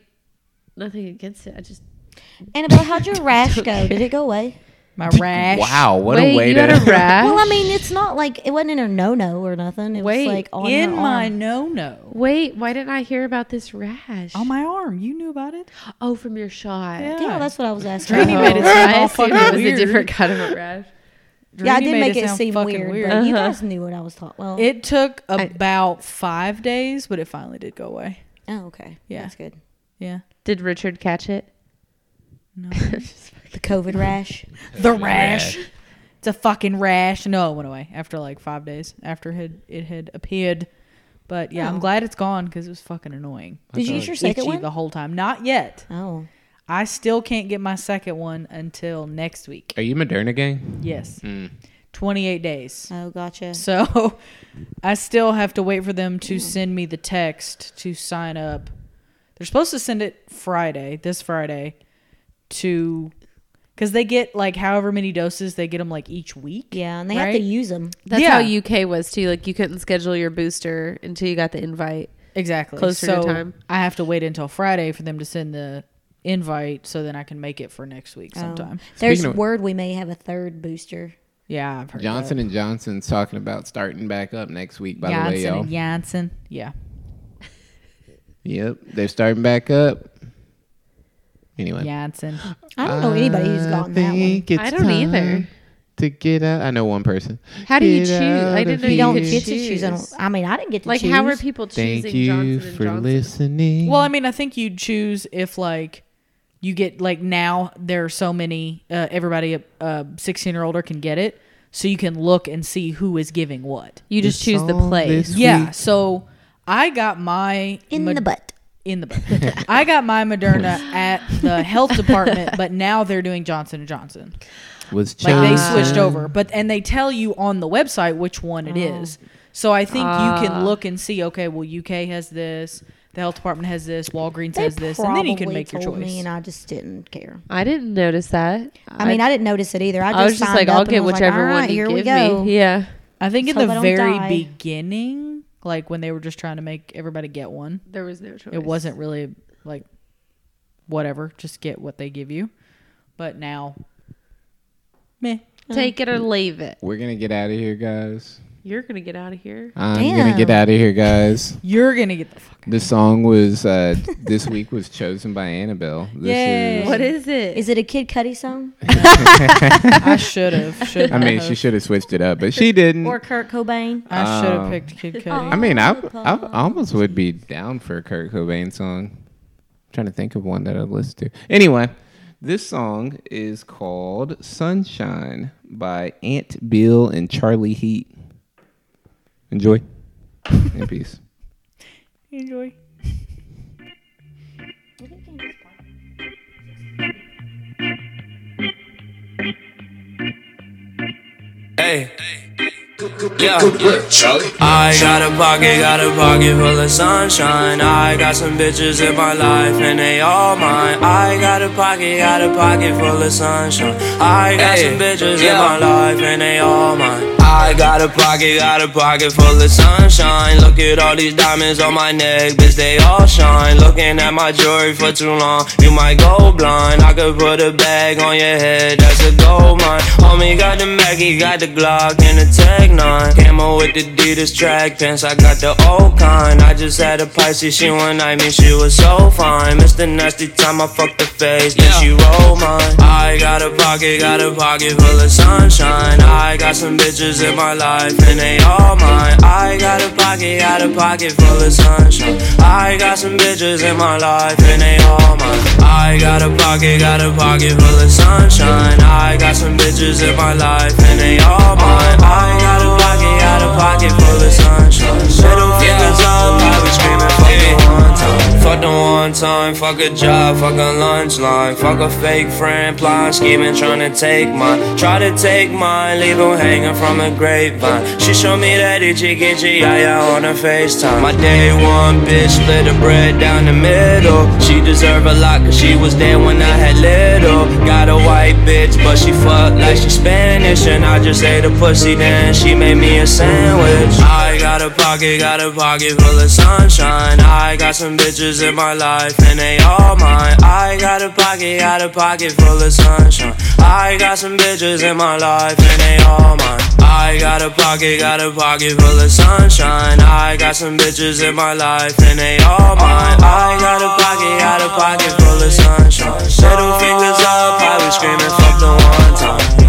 Speaker 4: nothing against it. I just
Speaker 1: Annabelle, how'd
Speaker 2: <laughs>
Speaker 1: your rash go? Did it go away?
Speaker 2: My rash.
Speaker 3: Wow, what
Speaker 4: wait,
Speaker 3: a way
Speaker 4: you
Speaker 3: to.
Speaker 4: had
Speaker 3: <laughs>
Speaker 4: a rash.
Speaker 1: Well, I mean, it's not like it wasn't in her no no or nothing. It
Speaker 4: Wait,
Speaker 1: was like on
Speaker 2: In
Speaker 1: her
Speaker 2: my
Speaker 1: arm.
Speaker 2: no no.
Speaker 4: Wait, why didn't I hear about this rash?
Speaker 2: On my arm. You knew about it.
Speaker 4: oh, from your shot.
Speaker 1: Yeah, that's what I was asking.
Speaker 2: Trini made it
Speaker 4: Oh, <laughs>
Speaker 2: sound
Speaker 4: I
Speaker 2: all
Speaker 4: assumed
Speaker 2: fucking
Speaker 4: it was
Speaker 2: weird.
Speaker 4: a different kind of a rash.
Speaker 1: yeah, I
Speaker 2: Drini
Speaker 1: did
Speaker 2: made
Speaker 1: make it,
Speaker 2: sound
Speaker 1: seem
Speaker 2: fucking Uh-huh.
Speaker 1: weird, but you guys knew what I was talking. Well,
Speaker 2: It took about five days, but it finally did go away.
Speaker 1: oh, okay,
Speaker 2: Yeah.
Speaker 1: that's good.
Speaker 2: Yeah.
Speaker 4: Did Richard catch it?
Speaker 1: <laughs>
Speaker 2: No.
Speaker 1: The COVID rash.
Speaker 2: the rash. It's a fucking rash. No, it went away after like five days after it had, it had appeared. But yeah, I'm
Speaker 1: Oh.
Speaker 2: glad it's gone because it was fucking annoying.
Speaker 1: Did you
Speaker 3: thought
Speaker 1: get your second
Speaker 2: Itchy
Speaker 1: one?
Speaker 2: the whole time. Not yet.
Speaker 1: Oh,
Speaker 2: I still can't get my second one until next week.
Speaker 3: Are you Moderna
Speaker 1: Mm.
Speaker 3: gang?
Speaker 2: Yes. 28 days.
Speaker 1: oh, gotcha.
Speaker 2: So <laughs> I still have to wait for them to send me the text to sign up. They're supposed to send it Friday, this Friday, to because they get like however many doses they get them like each week.
Speaker 1: Yeah, and they have to
Speaker 2: Right?
Speaker 1: use them.
Speaker 4: That's
Speaker 2: Yeah.
Speaker 4: how UK was too. Like you couldn't schedule your booster until you got the invite.
Speaker 2: exactly
Speaker 4: Closer to
Speaker 2: so
Speaker 4: time.
Speaker 2: I have to wait until Friday for them to send the invite so then I can make it for next week sometime.
Speaker 1: There's
Speaker 3: Speaking of-
Speaker 1: word we may have a third booster.
Speaker 2: Yeah, I've heard that.
Speaker 3: Johnson and Johnson's talking about starting back up next week. By the way,
Speaker 2: Johnson
Speaker 3: y'all.
Speaker 2: and Janssen. Yeah.
Speaker 3: Yep, they're starting back up. Anyway,
Speaker 2: Janssen.
Speaker 1: I don't know anybody who's gotten that one.
Speaker 3: that
Speaker 4: I don't either.
Speaker 3: To get out, I know one person.
Speaker 4: How do you
Speaker 3: Get
Speaker 4: choose?
Speaker 3: out
Speaker 4: I
Speaker 3: of
Speaker 4: didn't know
Speaker 1: You
Speaker 4: you
Speaker 3: here.
Speaker 1: don't
Speaker 4: could
Speaker 1: get to choose. I, don't,
Speaker 4: choose.
Speaker 1: I mean, I didn't get to
Speaker 4: Like
Speaker 1: choose.
Speaker 4: how are people choosing
Speaker 3: Thank you
Speaker 4: Johnson and
Speaker 3: for
Speaker 4: Johnson?
Speaker 3: listening.
Speaker 2: Well, I mean, I think you'd choose if like you get like now there are so many uh, everybody uh, sixteen or older can get it, so you can look and see who is giving what.
Speaker 4: You just choose the
Speaker 3: song
Speaker 4: place.
Speaker 3: this
Speaker 2: Yeah.
Speaker 3: week-
Speaker 2: So I got my
Speaker 1: in
Speaker 2: Mod-
Speaker 1: the butt?
Speaker 2: in the butt. <laughs> I got my Moderna at the health department, but now they're doing Johnson and Johnson.
Speaker 3: was
Speaker 2: Like they
Speaker 3: Johnson.
Speaker 2: switched over, but and they tell you on the
Speaker 1: Oh. Ah.
Speaker 2: website which one it is. So I think you can look and see. Okay, well, UK has this. the health department has this, Walgreens
Speaker 1: They
Speaker 2: has this, and then you can
Speaker 1: probably
Speaker 2: make your
Speaker 1: told me,
Speaker 2: choice.
Speaker 1: and I just didn't care.
Speaker 4: I didn't notice that.
Speaker 1: I mean, I didn't notice it either. I just,
Speaker 4: I was just
Speaker 1: signed
Speaker 4: like,
Speaker 1: up
Speaker 4: I'll
Speaker 1: and
Speaker 4: get
Speaker 1: was
Speaker 4: whichever
Speaker 1: like, "All right,
Speaker 4: one you
Speaker 1: here we
Speaker 4: give
Speaker 1: go.
Speaker 4: me. Yeah.
Speaker 2: I think in
Speaker 1: So
Speaker 2: the
Speaker 1: they don't
Speaker 2: very
Speaker 1: die.
Speaker 2: beginning, like when they were just trying to make everybody get one,
Speaker 4: There was no choice.
Speaker 2: it wasn't really like whatever, just get what they give you. But now, meh.
Speaker 4: Take it or
Speaker 1: Mm.
Speaker 4: leave it.
Speaker 3: We're gonna get out of here, guys.
Speaker 4: You're gonna get out of here.
Speaker 3: I'm gonna get
Speaker 1: Damn.
Speaker 3: out of here, guys.
Speaker 2: You're gonna get the fuck.
Speaker 3: The song was uh, this week was chosen by Annabelle. This
Speaker 2: Yay.
Speaker 3: is
Speaker 4: What is it?
Speaker 1: Is it a Kid Cudi song <laughs>
Speaker 2: I should have.
Speaker 3: I mean, she should have switched it up, but she didn't.
Speaker 1: or Kurt Cobain?
Speaker 2: I should have
Speaker 3: Um,
Speaker 2: picked Kid Cudi.
Speaker 3: I mean, I, I almost would be down for a Kurt Cobain song. trying to think of one that I'd listen to. Anyway, this song is called Sunshine by Aunt Bill and Charlie Heat. Enjoy. In peace.
Speaker 2: Enjoy.
Speaker 5: Hey. Yeah. I got a pocket, got a pocket full of sunshine. I got some bitches in my life and they all mine. I got a pocket, got a pocket full of sunshine. I got some bitches in my life and they all mine. I got a pocket, got a pocket full of sunshine. Look at all these diamonds on my neck, bitch, they all shine. Looking at my jewelry for too long, you might go blind. I could put a bag on your head, that's a gold mine. Homie got the Maggie, got the Glock and the Tag 9. Camo with the Adidas track pants, I got the old kind. I just had a Pisces, she one night me, she was so fine. Mr. Nasty time, I fucked the face, then she rolled mine. I got a pocket, got a pocket full of sunshine. I got some bitches in my life and they all mine. I got a pocket, got a pocket full of sunshine. I got some bitches in my life and they all mine. I got a pocket, got a pocket full of sunshine. I got some bitches in my life and they all mine. I got a pocket, got a pocket full of sunshine. Middle fingers up, I was screaming fuck the one time. Fuck the one time, fuck a job, fuck a lunch line. Fuck a fake friend, plot scheming, trying to take mine. Try to take mine, leave him hanging from a grapevine. She showed me that itchy, itchy, yeah, yeah, on her FaceTime. My day one bitch split the bread down the middle. She deserve a lot, cause she was there when I had little. Got a white bitch, but she fucked like she Spanish. And I just ate a pussy, then she made me a sandwich. I got a pocket, got a pocket full of sunshine. I got some bitches in my life, and they all mine. I got a pocket, got a pocket full of sunshine. I got some bitches in my life, and they all mine. I got a pocket, got a pocket full of sunshine. I got some bitches in my life, and they all mine. I got a pocket, got a pocket full of sunshine. Little fingers up, I was screaming fuck the one time.